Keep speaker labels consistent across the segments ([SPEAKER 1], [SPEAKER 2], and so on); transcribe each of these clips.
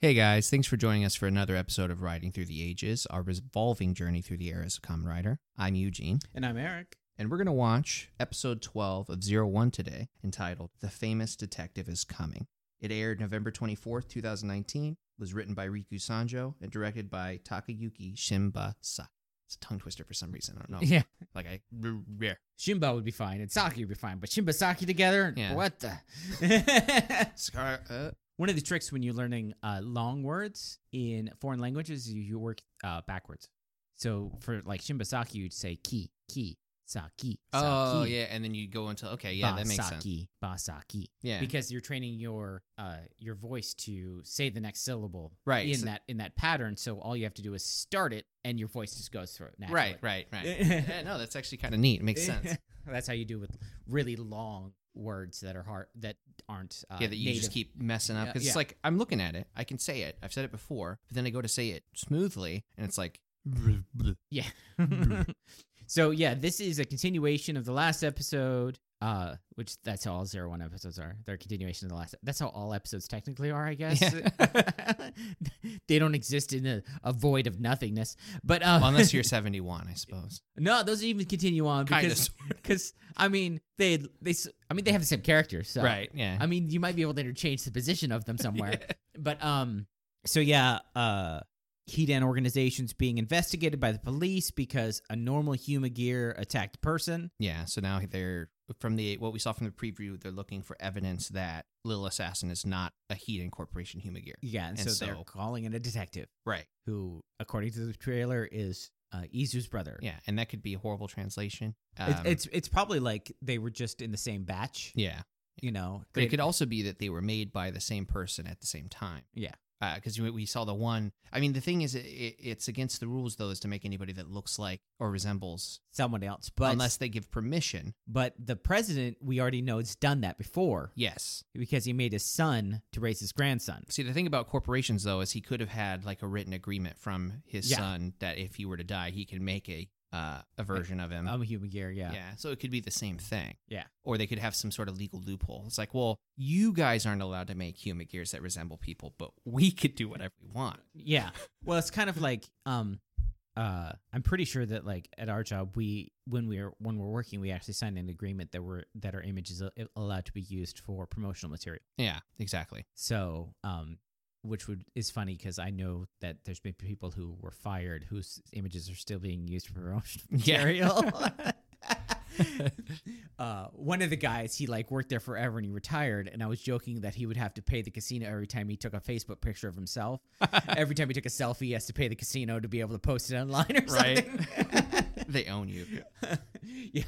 [SPEAKER 1] Hey guys, thanks for joining us for another episode of Riding Through the Ages, our revolving journey through the eras of Common Rider. I'm Eugene,
[SPEAKER 2] And I'm Eric.
[SPEAKER 1] and we're going to watch episode 12 of Zero One today, entitled The Famous Detective is Coming. It aired November 24th, 2019, was written by Riku Sanjo, and directed by Takayuki Shimbasa. It's a tongue twister for some reason. I don't know.
[SPEAKER 2] Yeah.
[SPEAKER 1] Like, I. Yeah.
[SPEAKER 2] Oh. Shimba would be fine and Saki would be fine, but Shimba Saki together?
[SPEAKER 1] Yeah.
[SPEAKER 2] What the?
[SPEAKER 1] Scar- uh,
[SPEAKER 2] One of the tricks when you're learning uh, long words in foreign languages is you, you work uh, backwards. So for like Shimba Saki, you'd say ki, ki, saki,
[SPEAKER 1] oh,
[SPEAKER 2] saki,
[SPEAKER 1] yeah. And then you go into, okay, yeah, that makes sense.
[SPEAKER 2] basaki, Basaki.
[SPEAKER 1] Yeah.
[SPEAKER 2] Because you're training your uh, your voice to say the next syllable
[SPEAKER 1] Right,
[SPEAKER 2] in
[SPEAKER 1] so-
[SPEAKER 2] that in that pattern. So all you have to do is start it, and your voice just goes through it. Naturally.
[SPEAKER 1] Right, right, right. yeah, no, that's actually kind of neat. It makes sense.
[SPEAKER 2] That's how you do with really long words that are hard that aren't uh,
[SPEAKER 1] yeah, that you just
[SPEAKER 2] native.
[SPEAKER 1] keep messing up
[SPEAKER 2] Yeah,
[SPEAKER 1] because
[SPEAKER 2] yeah.
[SPEAKER 1] it's like I'm looking at it, I can say it, I've said it before, but then I go to say it smoothly, and it's like,
[SPEAKER 2] yeah. so yeah, this is a continuation of the last episode. Uh, which that's how all zero one episodes are. They're a continuation of the last. That's how all episodes technically are, I guess. they don't exist in a, a void of nothingness. But uh,
[SPEAKER 1] well, unless you're 71, I suppose.
[SPEAKER 2] no, those even continue on
[SPEAKER 1] Kinda,
[SPEAKER 2] because because I mean they they s- I mean they have the same characters. So.
[SPEAKER 1] right? Yeah.
[SPEAKER 2] I mean, you might be able to interchange the position of them somewhere. But um so yeah, uh Hidan organizations being investigated by the police because a normal human gear attacked person.
[SPEAKER 1] yeah. So now they're from the what we saw from the preview, they're looking for evidence that Lil Assassin is not a Heat Incorporation Humagear.
[SPEAKER 2] Yeah, and,
[SPEAKER 1] And
[SPEAKER 2] so, they're
[SPEAKER 1] so-
[SPEAKER 2] calling in a detective
[SPEAKER 1] Right.
[SPEAKER 2] who according to the trailer is uh, Izu's brother.
[SPEAKER 1] Yeah, and that could be a horrible translation. Um,
[SPEAKER 2] It's it's it's probably like they were just in the same batch,
[SPEAKER 1] yeah,
[SPEAKER 2] you know.
[SPEAKER 1] but
[SPEAKER 2] They-
[SPEAKER 1] it could also be that they were made by the same person at the same time.
[SPEAKER 2] Yeah.
[SPEAKER 1] because we saw the one. I mean, the thing is, it, it, it's against the rules though, is to make anybody that looks like or resembles,
[SPEAKER 2] someone else, but
[SPEAKER 1] unless they give permission.
[SPEAKER 2] but the president we already know has done that before
[SPEAKER 1] Yes.
[SPEAKER 2] because he made his son to raise his grandson.
[SPEAKER 1] See, the thing about corporations though is he could have had like a written agreement from his
[SPEAKER 2] Yeah.
[SPEAKER 1] son that if he were to die, he can make a uh, a version of him.
[SPEAKER 2] I'm a human gear,
[SPEAKER 1] yeah. So it could be the same thing.
[SPEAKER 2] Um, Yeah.
[SPEAKER 1] Or they could have some sort of legal loophole. It's like, well, you guys aren't allowed to make human gears that resemble people, but we could do whatever we want.
[SPEAKER 2] Yeah. Well, it's kind of like um uh I'm pretty sure that like at our job we when we're when we're working we actually sign an agreement that we're that our image is a- allowed to be used for promotional material.
[SPEAKER 1] Yeah. Exactly.
[SPEAKER 2] So, um which would is funny because I know that there's been people who were fired whose images are still being used for promotional
[SPEAKER 1] Yeah.
[SPEAKER 2] material. uh, one of the guys, he like worked there forever and he retired. And I was joking that he would have to pay the casino every time he took a Facebook picture of himself. every time he took a selfie, he has to pay the casino to be able to post it online or
[SPEAKER 1] Right.
[SPEAKER 2] something.
[SPEAKER 1] they own you.
[SPEAKER 2] yeah.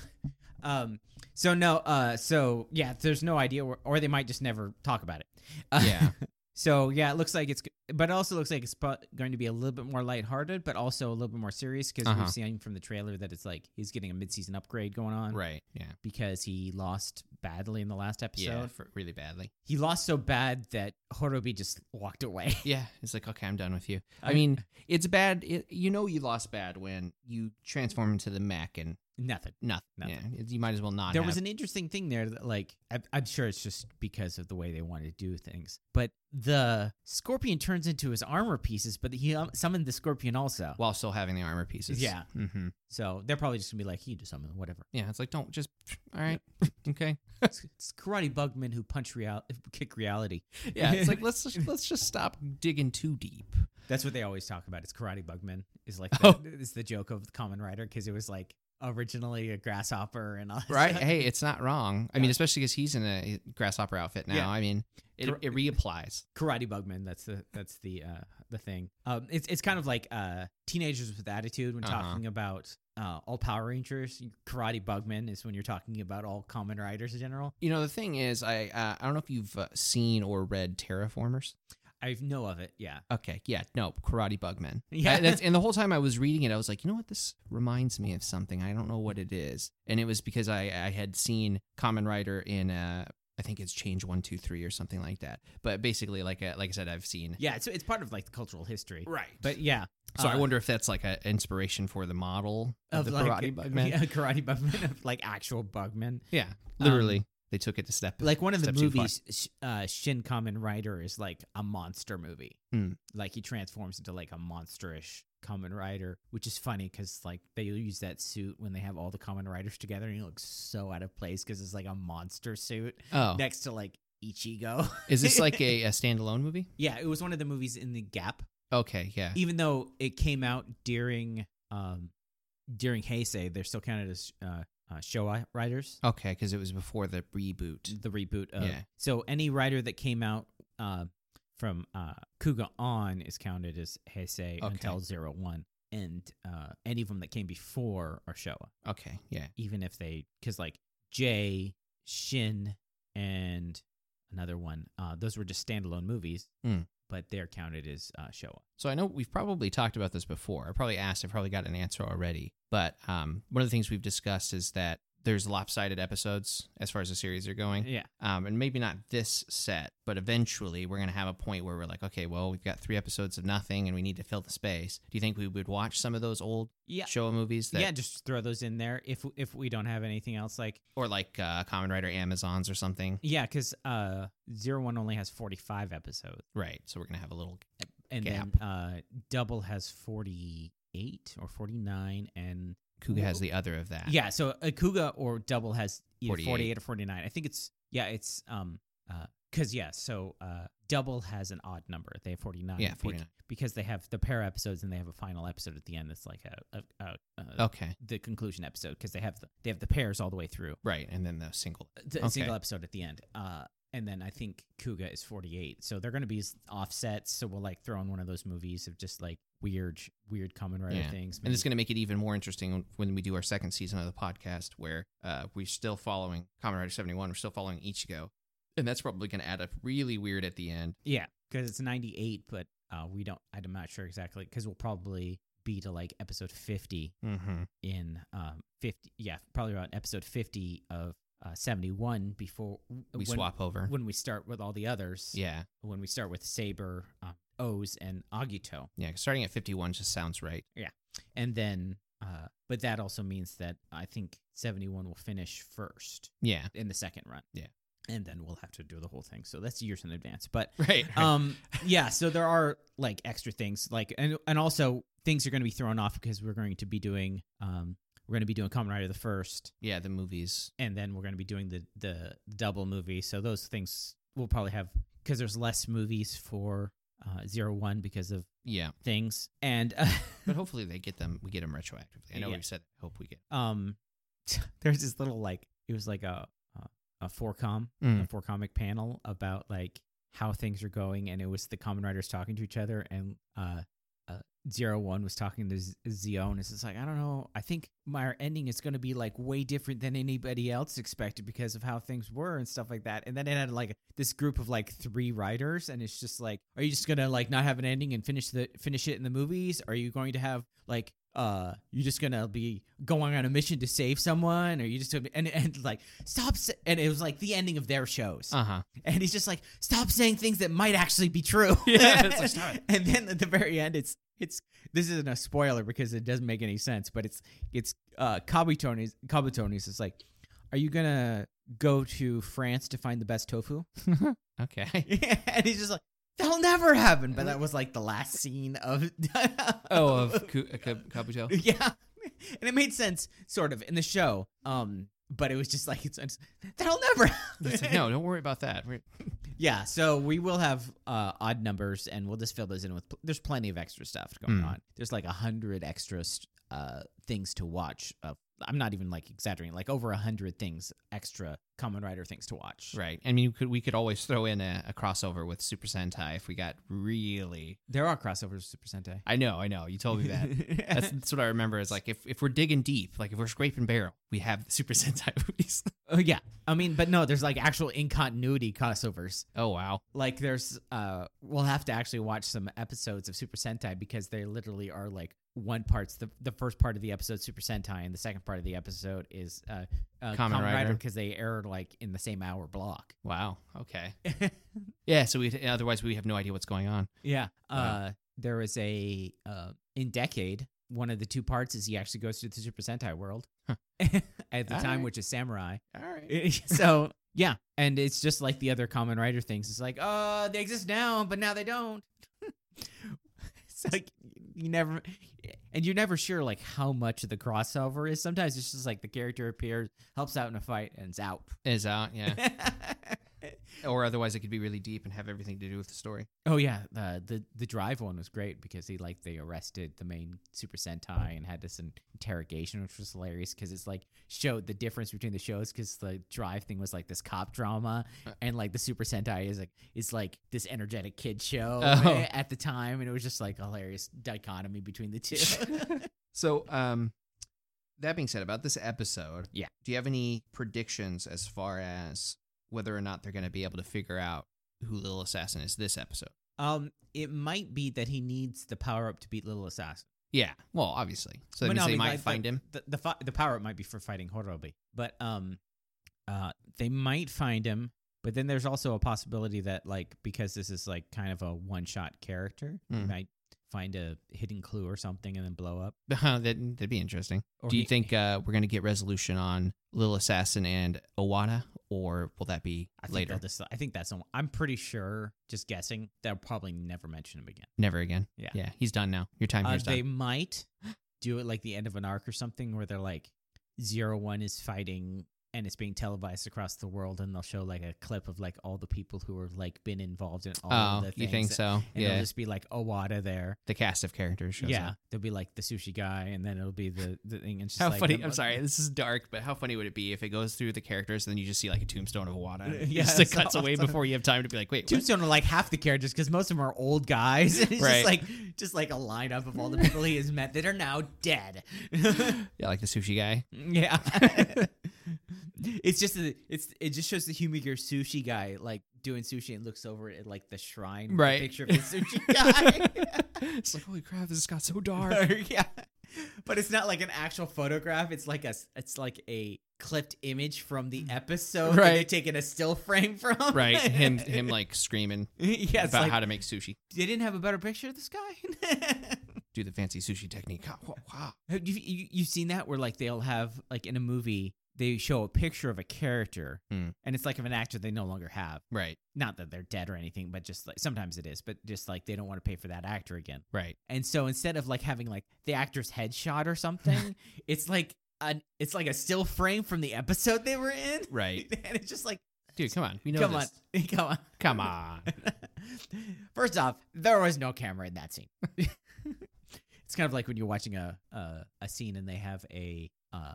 [SPEAKER 2] Um. So no. Uh. So yeah. There's no idea, where, or they might just never talk about it. Uh,
[SPEAKER 1] Yeah.
[SPEAKER 2] So yeah, it llooks like it's, but it also looks like it's pro- going to be a little bit more lighthearted, but also a little bit more serious because
[SPEAKER 1] Uh-huh.
[SPEAKER 2] we've seen from the trailer that it's like he's getting a midseason upgrade going on
[SPEAKER 1] Right. Yeah.
[SPEAKER 2] because he lost badly in the last episode.
[SPEAKER 1] Yeah. For really badly.
[SPEAKER 2] He lost so bad that Horobi just walked away.
[SPEAKER 1] Yeah, it's like okay, I'm done with you. I
[SPEAKER 2] I-
[SPEAKER 1] mean, it's bad. It, you know, you lost bad when you transform into the mech and
[SPEAKER 2] Nothing.
[SPEAKER 1] nothing.
[SPEAKER 2] Nothing.
[SPEAKER 1] Yeah, you might as well not.
[SPEAKER 2] there
[SPEAKER 1] have.
[SPEAKER 2] was an interesting thing there that like I- i'm sure it's just because of the way they wanted to do things but the scorpion turns into his armor pieces but he um, summoned the scorpion also
[SPEAKER 1] while still having the armor pieces.
[SPEAKER 2] Yeah.
[SPEAKER 1] hmm
[SPEAKER 2] so they're probably just gonna be like he just summon whatever
[SPEAKER 1] Yeah, it's like don't just. All right, okay.
[SPEAKER 2] it's, it's karate bugman who punch real kick reality
[SPEAKER 1] Yeah, it's like let's just, let's just stop digging too deep.
[SPEAKER 2] that's what they always talk about it's karate bugman is like the,
[SPEAKER 1] Oh.
[SPEAKER 2] is the joke of the common rider because it was like originally a grasshopper and all that
[SPEAKER 1] Right?
[SPEAKER 2] stuff.
[SPEAKER 1] hey, it's not wrong. I mean, especially because he's in a grasshopper outfit now.
[SPEAKER 2] Yeah.
[SPEAKER 1] I mean, it
[SPEAKER 2] Cor-
[SPEAKER 1] it reapplies.
[SPEAKER 2] Karate Bugman. That's the that's the uh, the thing. Um, it's it's kind of like uh, teenagers with attitude when
[SPEAKER 1] Uh-huh.
[SPEAKER 2] talking about uh, all Power Rangers. Karate Bugman is when you're talking about all Common Riders in general.
[SPEAKER 1] You know, the thing is, I uh, I don't know if you've uh, seen or read Terraformers.
[SPEAKER 2] I know of it. Yeah,
[SPEAKER 1] Okay, yeah, no, Karate Bugman.
[SPEAKER 2] Yeah.
[SPEAKER 1] I- that's, and the whole time I was reading it, I was like, you know what, this reminds me of something. I don't know what it is, and it was because I I had seen Common Rider in uh I think it's Change One Two Three or something like that. But basically, like uh, like I said, I've seen
[SPEAKER 2] yeah. It's it's part of like the cultural history.
[SPEAKER 1] right,
[SPEAKER 2] But yeah.
[SPEAKER 1] so I
[SPEAKER 2] uh,
[SPEAKER 1] wonder if that's like an inspiration for the model of, the
[SPEAKER 2] like,
[SPEAKER 1] Karate Bugman.
[SPEAKER 2] yeah, Karate Bugman of like actual Bugman.
[SPEAKER 1] Yeah, literally. They took it to step
[SPEAKER 2] Um, Like one of the
[SPEAKER 1] step too far.
[SPEAKER 2] movies, sh- uh, Shin Kamen Rider is like a monster movie.
[SPEAKER 1] Hmm.
[SPEAKER 2] Like he transforms into like a monsterish Kamen Rider, which is funny because like they use that suit when they have all the Kamen Riders together, and he looks so out of place because it's like a monster suit
[SPEAKER 1] Oh,
[SPEAKER 2] next to like Ichigo.
[SPEAKER 1] is this like a, a standalone movie?
[SPEAKER 2] yeah, it was one of the movies in the Gap
[SPEAKER 1] Okay, yeah.
[SPEAKER 2] even though it came out during um during Heisei, they're still counted as uh, uh Showa writers.
[SPEAKER 1] Okay, because it was before the reboot.
[SPEAKER 2] The reboot of
[SPEAKER 1] Yeah.
[SPEAKER 2] so any writer that came out uh, from uh Kuga on is counted as Heisei
[SPEAKER 1] Okay.
[SPEAKER 2] until zero one. And uh, any of them that came before are Showa,
[SPEAKER 1] Okay, yeah.
[SPEAKER 2] even if they because like Jay, Shin, and another one, uh, those were just standalone movies,
[SPEAKER 1] Mm.
[SPEAKER 2] but they're counted as uh, Showa.
[SPEAKER 1] So I know we've probably talked about this before. I probably asked. I probably got an answer already. But um, one of the things we've discussed is that there's lopsided episodes as far as the series are going.
[SPEAKER 2] Yeah,
[SPEAKER 1] Um, and maybe not this set, but eventually we're going to have a point where we're like, okay, well, we've got three episodes of nothing and we need to fill the space. Do you think we would watch some of those old
[SPEAKER 2] yeah.
[SPEAKER 1] Showa movies that,
[SPEAKER 2] yeah, just throw those in there if if we don't have anything else. Like
[SPEAKER 1] or like uh, Common Rider Amazons or something?
[SPEAKER 2] yeah, because uh, zero one only has forty five episodes,
[SPEAKER 1] Right. So we're going to have a little.
[SPEAKER 2] and
[SPEAKER 1] Gap.
[SPEAKER 2] then uh, double has forty eight or forty nine, and
[SPEAKER 1] Kuga has the other of that.
[SPEAKER 2] yeah, so Akuga or double has either
[SPEAKER 1] 48.
[SPEAKER 2] forty eight or forty nine. I think it's yeah, it's um because yeah, so uh, double has an odd number. They have forty nine.
[SPEAKER 1] Yeah, 49.
[SPEAKER 2] because they have the pair episodes and they have a final episode at the end. That's like a, a, a, a
[SPEAKER 1] Okay.
[SPEAKER 2] the conclusion episode because they have the, they have the pairs all the way through.
[SPEAKER 1] Right. And then the single.
[SPEAKER 2] the
[SPEAKER 1] Okay.
[SPEAKER 2] single episode at the end. Uh, and then I think Kuga is 48. So they're going to be s- offsets. So we'll like throw in one of those movies of just like weird, weird common writer
[SPEAKER 1] Yeah.
[SPEAKER 2] things.
[SPEAKER 1] And it's
[SPEAKER 2] maybe.
[SPEAKER 1] going to make it even more interesting when we do our second season of the podcast, where uh, we're still following Kamen Rider 71. We're still following Ichigo. And that's probably going to add up really weird at the end.
[SPEAKER 2] yeah, because it's 98, but uh, we don't, I'm not sure exactly because we'll probably be to like episode 50
[SPEAKER 1] Mm-hmm.
[SPEAKER 2] in um 50. Yeah, probably around episode 50 of uh, 71 before
[SPEAKER 1] We
[SPEAKER 2] when-
[SPEAKER 1] swap over.
[SPEAKER 2] When we start with all the others,
[SPEAKER 1] yeah.
[SPEAKER 2] when we start with Saber, uh, O's, and Agito,
[SPEAKER 1] Yeah. 'cause Starting at 51 just sounds right.
[SPEAKER 2] and then uh but that also means that i think 71 will finish first
[SPEAKER 1] Yeah.
[SPEAKER 2] in the second run
[SPEAKER 1] Yeah.
[SPEAKER 2] and then we'll have to do the whole thing so that's years in advance but
[SPEAKER 1] Right.
[SPEAKER 2] um yeah so there are like extra things like and and also things are going to be thrown off because we're going to be doing um we're going to be doing Kamen Rider the first
[SPEAKER 1] yeah. The movies.
[SPEAKER 2] and then we're going to be doing the the double movie so those things we'll probably have because there's less movies for uh zero one because of
[SPEAKER 1] Yeah.
[SPEAKER 2] things and uh,
[SPEAKER 1] But hopefully they get them. We get them retroactively. I know
[SPEAKER 2] Yeah.
[SPEAKER 1] we've said, hope we get.
[SPEAKER 2] um there's this little like it was like a a, a four com a
[SPEAKER 1] Mm.
[SPEAKER 2] four comic panel about like how things are going and it was the common writers talking to each other and uh uh, Zero One was talking to Z- Zio, and it's just like I don't know. I think my ending is going to be like way different than anybody else expected because of how things were and stuff like that. And then it had like this group of like three writers, and it's just like, are you just gonna like not have an ending and finish the finish it in the movies? Are you going to have like uh you just gonna be going on a mission to save someone? Or you just and and like stop? s- And it was like the ending of their shows.
[SPEAKER 1] Uh huh.
[SPEAKER 2] And he's just like, stop saying things that might actually be true.
[SPEAKER 1] Yeah, it's like, stop it.
[SPEAKER 2] and then at the very end, it's it's this isn't a spoiler because it doesn't make any sense, but it's it's uh Kabutoni's Kabutoni's is like, Are you gonna go to France to find the best tofu?
[SPEAKER 1] Okay.
[SPEAKER 2] and he's just like, That'll never happen. But that was like the last scene of
[SPEAKER 1] Oh, of Ku- uh, Kab- Kabuto.
[SPEAKER 2] yeah, and it made sense sort of in the show. Um, but it was just like it's, it's that'll never.
[SPEAKER 1] It's like,
[SPEAKER 2] happen.
[SPEAKER 1] no, don't worry about that. We're,
[SPEAKER 2] Yeah, so we will have uh, odd numbers, and we'll just fill those in with. Pl- There's plenty of extra stuff going
[SPEAKER 1] Mm.
[SPEAKER 2] on. There's like a hundred extra st- uh, things to watch. Of, I'm not even like exaggerating. Like over a hundred things extra Common Rider things to watch.
[SPEAKER 1] right. I mean, you could, we could always throw in a, a crossover with Super Sentai if we got really
[SPEAKER 2] There are crossovers with Super Sentai.
[SPEAKER 1] I know, I know. You told me that. That's, that's what I remember. Is like if, if we're digging deep, like if we're scraping barrel, we have the Super Sentai movies.
[SPEAKER 2] oh yeah, I mean, but no, there's like actual in continuity crossovers.
[SPEAKER 1] oh wow,
[SPEAKER 2] Like there's uh, we'll have to actually watch some episodes of Super Sentai because they literally are like one part's the the first part of the episode Super Sentai and the second part of the episode is uh, uh
[SPEAKER 1] Kamen
[SPEAKER 2] Kamen Rider
[SPEAKER 1] Rider.
[SPEAKER 2] because they aired like in the same hour block.
[SPEAKER 1] wow, okay, yeah. So we otherwise we have no idea what's going on.
[SPEAKER 2] yeah. Uh
[SPEAKER 1] Wow.
[SPEAKER 2] there is a uh in decade one of the two parts is he actually goes to the Super Sentai world at the
[SPEAKER 1] All
[SPEAKER 2] time,
[SPEAKER 1] right.
[SPEAKER 2] which is samurai.
[SPEAKER 1] All right.
[SPEAKER 2] so yeah, and it's just like the other common writer things. It's like, oh, they exist now, but now they don't. it's like you never, and you're never sure like how much of the crossover is. Sometimes it's just like the character appears, helps out in a fight, and it's out.
[SPEAKER 1] Is out, yeah. or otherwise, it could be really deep and have everything to do with the story.
[SPEAKER 2] oh yeah, the, the the drive one was great because he like they arrested the main Super Sentai and had this in- interrogation, which was hilarious because it's like showed the difference between the shows because the drive thing was like this cop drama and like the Super Sentai is like is like this energetic kid show
[SPEAKER 1] Oh.
[SPEAKER 2] eh, at the time, and it was just like a hilarious dichotomy between the two.
[SPEAKER 1] So, um, that being said, about this episode,
[SPEAKER 2] Yeah.
[SPEAKER 1] do you have any predictions as far as whether or not they're going to be able to figure out who Little Assassin is this episode?
[SPEAKER 2] um, it might be that he needs the power up to beat Little Assassin.
[SPEAKER 1] Yeah, well, obviously. So that
[SPEAKER 2] But
[SPEAKER 1] means
[SPEAKER 2] no, I
[SPEAKER 1] they
[SPEAKER 2] mean,
[SPEAKER 1] might
[SPEAKER 2] like,
[SPEAKER 1] find him.
[SPEAKER 2] the the, fi- the power up might be for fighting Horobi, but um, uh, they might find him. But then there's also a possibility that like because this is like kind of a one shot character, he
[SPEAKER 1] Hmm.
[SPEAKER 2] might find a hidden clue or something and then blow up.
[SPEAKER 1] that, that'd be interesting.
[SPEAKER 2] Or
[SPEAKER 1] do you
[SPEAKER 2] he-
[SPEAKER 1] think uh, we're going to get resolution on Little Assassin and Owada, or will that be
[SPEAKER 2] I think
[SPEAKER 1] later?
[SPEAKER 2] they'll Just, I think that's. the one- I'm pretty sure. Just guessing. They'll probably never mention him again.
[SPEAKER 1] Never again.
[SPEAKER 2] Yeah.
[SPEAKER 1] Yeah, he's done now. Your time
[SPEAKER 2] Uh,
[SPEAKER 1] here's
[SPEAKER 2] they
[SPEAKER 1] done.
[SPEAKER 2] might do it like the end of an arc or something where they're like zero one is fighting and it's being televised across the world and they'll show like a clip of like all the people who are like been involved in all of
[SPEAKER 1] Oh,
[SPEAKER 2] the things
[SPEAKER 1] you think
[SPEAKER 2] that-
[SPEAKER 1] so?
[SPEAKER 2] and
[SPEAKER 1] Yeah.
[SPEAKER 2] it'll just be like Owada there
[SPEAKER 1] the cast of characters shows
[SPEAKER 2] yeah
[SPEAKER 1] up.
[SPEAKER 2] there'll be like the sushi guy and then it'll be the, the thing and it's just
[SPEAKER 1] How
[SPEAKER 2] like,
[SPEAKER 1] funny!
[SPEAKER 2] um,
[SPEAKER 1] I'm sorry, this is dark, but how funny would it be if it goes through the characters and then you just see like a tombstone of Wada?
[SPEAKER 2] Yeah,
[SPEAKER 1] Yeah, just it
[SPEAKER 2] it's
[SPEAKER 1] cuts away
[SPEAKER 2] awesome.
[SPEAKER 1] before you have time to be like, wait, what?
[SPEAKER 2] Tombstone are like half the characters because most of them are old guys. it's
[SPEAKER 1] Right.
[SPEAKER 2] just like just like a lineup of all the people he has met that are now dead.
[SPEAKER 1] yeah, like the sushi guy.
[SPEAKER 2] Yeah. it's just a, it's it just shows the Humiger sushi guy like doing sushi and looks over at like the shrine with the
[SPEAKER 1] Right.
[SPEAKER 2] picture of the sushi
[SPEAKER 1] It's like, holy crap, this got so dark.
[SPEAKER 2] guy. yeah. But it's not like an actual photograph. It's like a s- it's like a clipped image from the episode that they're
[SPEAKER 1] Right.
[SPEAKER 2] taking a still frame from.
[SPEAKER 1] right, him, him, like screaming
[SPEAKER 2] yeah, it's
[SPEAKER 1] about
[SPEAKER 2] like,
[SPEAKER 1] how to make sushi,
[SPEAKER 2] they didn't have a better picture of this guy.
[SPEAKER 1] do the fancy sushi technique. Ah, wha- Wow.
[SPEAKER 2] Have you, you you've seen that where like they'll have like in a movie they show a picture of a character
[SPEAKER 1] Hmm.
[SPEAKER 2] and it's like of an actor they no longer have.
[SPEAKER 1] Right,
[SPEAKER 2] Not that they're dead or anything, but just like sometimes it is, but just like they don't want to pay for that actor again.
[SPEAKER 1] right.
[SPEAKER 2] And so instead of like having like the actor's headshot or something, it's like an it's like a still frame from the episode they were in.
[SPEAKER 1] Right.
[SPEAKER 2] And it's just like
[SPEAKER 1] Dude, come on. We know
[SPEAKER 2] come
[SPEAKER 1] this.
[SPEAKER 2] on. Come on.
[SPEAKER 1] Come on.
[SPEAKER 2] First off, there was no camera in that scene. it's kind of like when you're watching a a, a scene and they have a uh,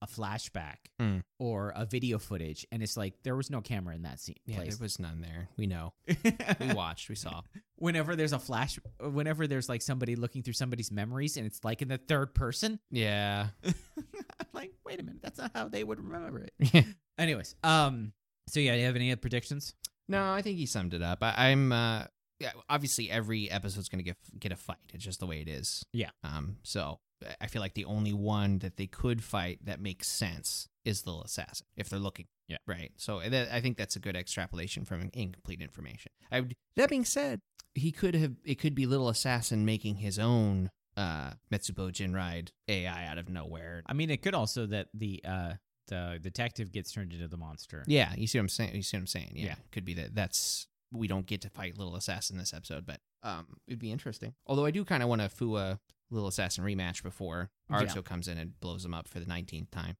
[SPEAKER 2] a flashback
[SPEAKER 1] Mm.
[SPEAKER 2] or a video footage, and it's like there was no camera in that scene.
[SPEAKER 1] Yeah,
[SPEAKER 2] place.
[SPEAKER 1] there was none there. We know. We watched. We saw.
[SPEAKER 2] whenever there's a flash, whenever there's like somebody looking through somebody's memories, and it's like in the third person,
[SPEAKER 1] Yeah.
[SPEAKER 2] I'm like, wait a minute, that's not how they would remember it. Anyways, um, so yeah, you have any other predictions?
[SPEAKER 1] no, I think he summed it up. I, I'm. Uh, yeah, obviously, every episode's gonna get get a fight. It's just the way it is.
[SPEAKER 2] Yeah.
[SPEAKER 1] Um. So I- I feel like the only one that they could fight that makes sense is the assassin if they're looking.
[SPEAKER 2] Yeah.
[SPEAKER 1] Right. So I- that, I think that's a good extrapolation from incomplete information. I would, that being said, he could have. It could be little assassin making his own uh Metsubo Jinride AI out of nowhere.
[SPEAKER 2] I mean, it could also that the uh the detective gets turned into the monster.
[SPEAKER 1] Yeah, you see what I'm saying. You see what I'm saying. Yeah,
[SPEAKER 2] Yeah.
[SPEAKER 1] could be that. That's we don't get to fight Little Assassin this episode, but um, it'd be interesting. Although I do kind of want to foo a Little Assassin rematch before
[SPEAKER 2] Yeah.
[SPEAKER 1] Arzo comes in and blows him up for the nineteenth time.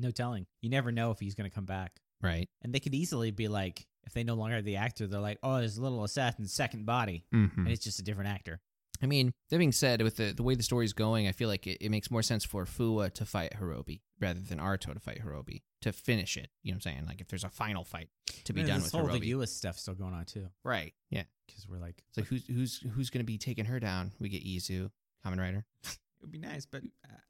[SPEAKER 2] No telling. You never know if he's going to come back.
[SPEAKER 1] Right.
[SPEAKER 2] And they could easily be like, if they no longer have the actor, they're like, oh, there's a little assassin's second body.
[SPEAKER 1] Mm-hmm.
[SPEAKER 2] And it's just a different actor.
[SPEAKER 1] I mean, that being said, with the the way the story's going, I feel like it, it makes more sense for Fua to fight Hirobi rather than Arto to fight Hirobi to finish it. You know what I'm saying? Like if there's a final fight to be
[SPEAKER 2] And
[SPEAKER 1] done
[SPEAKER 2] this
[SPEAKER 1] with
[SPEAKER 2] whole
[SPEAKER 1] Hirobi.
[SPEAKER 2] the U.S. stuff still going on too,
[SPEAKER 1] right. Yeah.
[SPEAKER 2] because we're like,
[SPEAKER 1] So who's who's who's gonna be taking her down? We get Izu, Common Rider.
[SPEAKER 2] it would be nice, but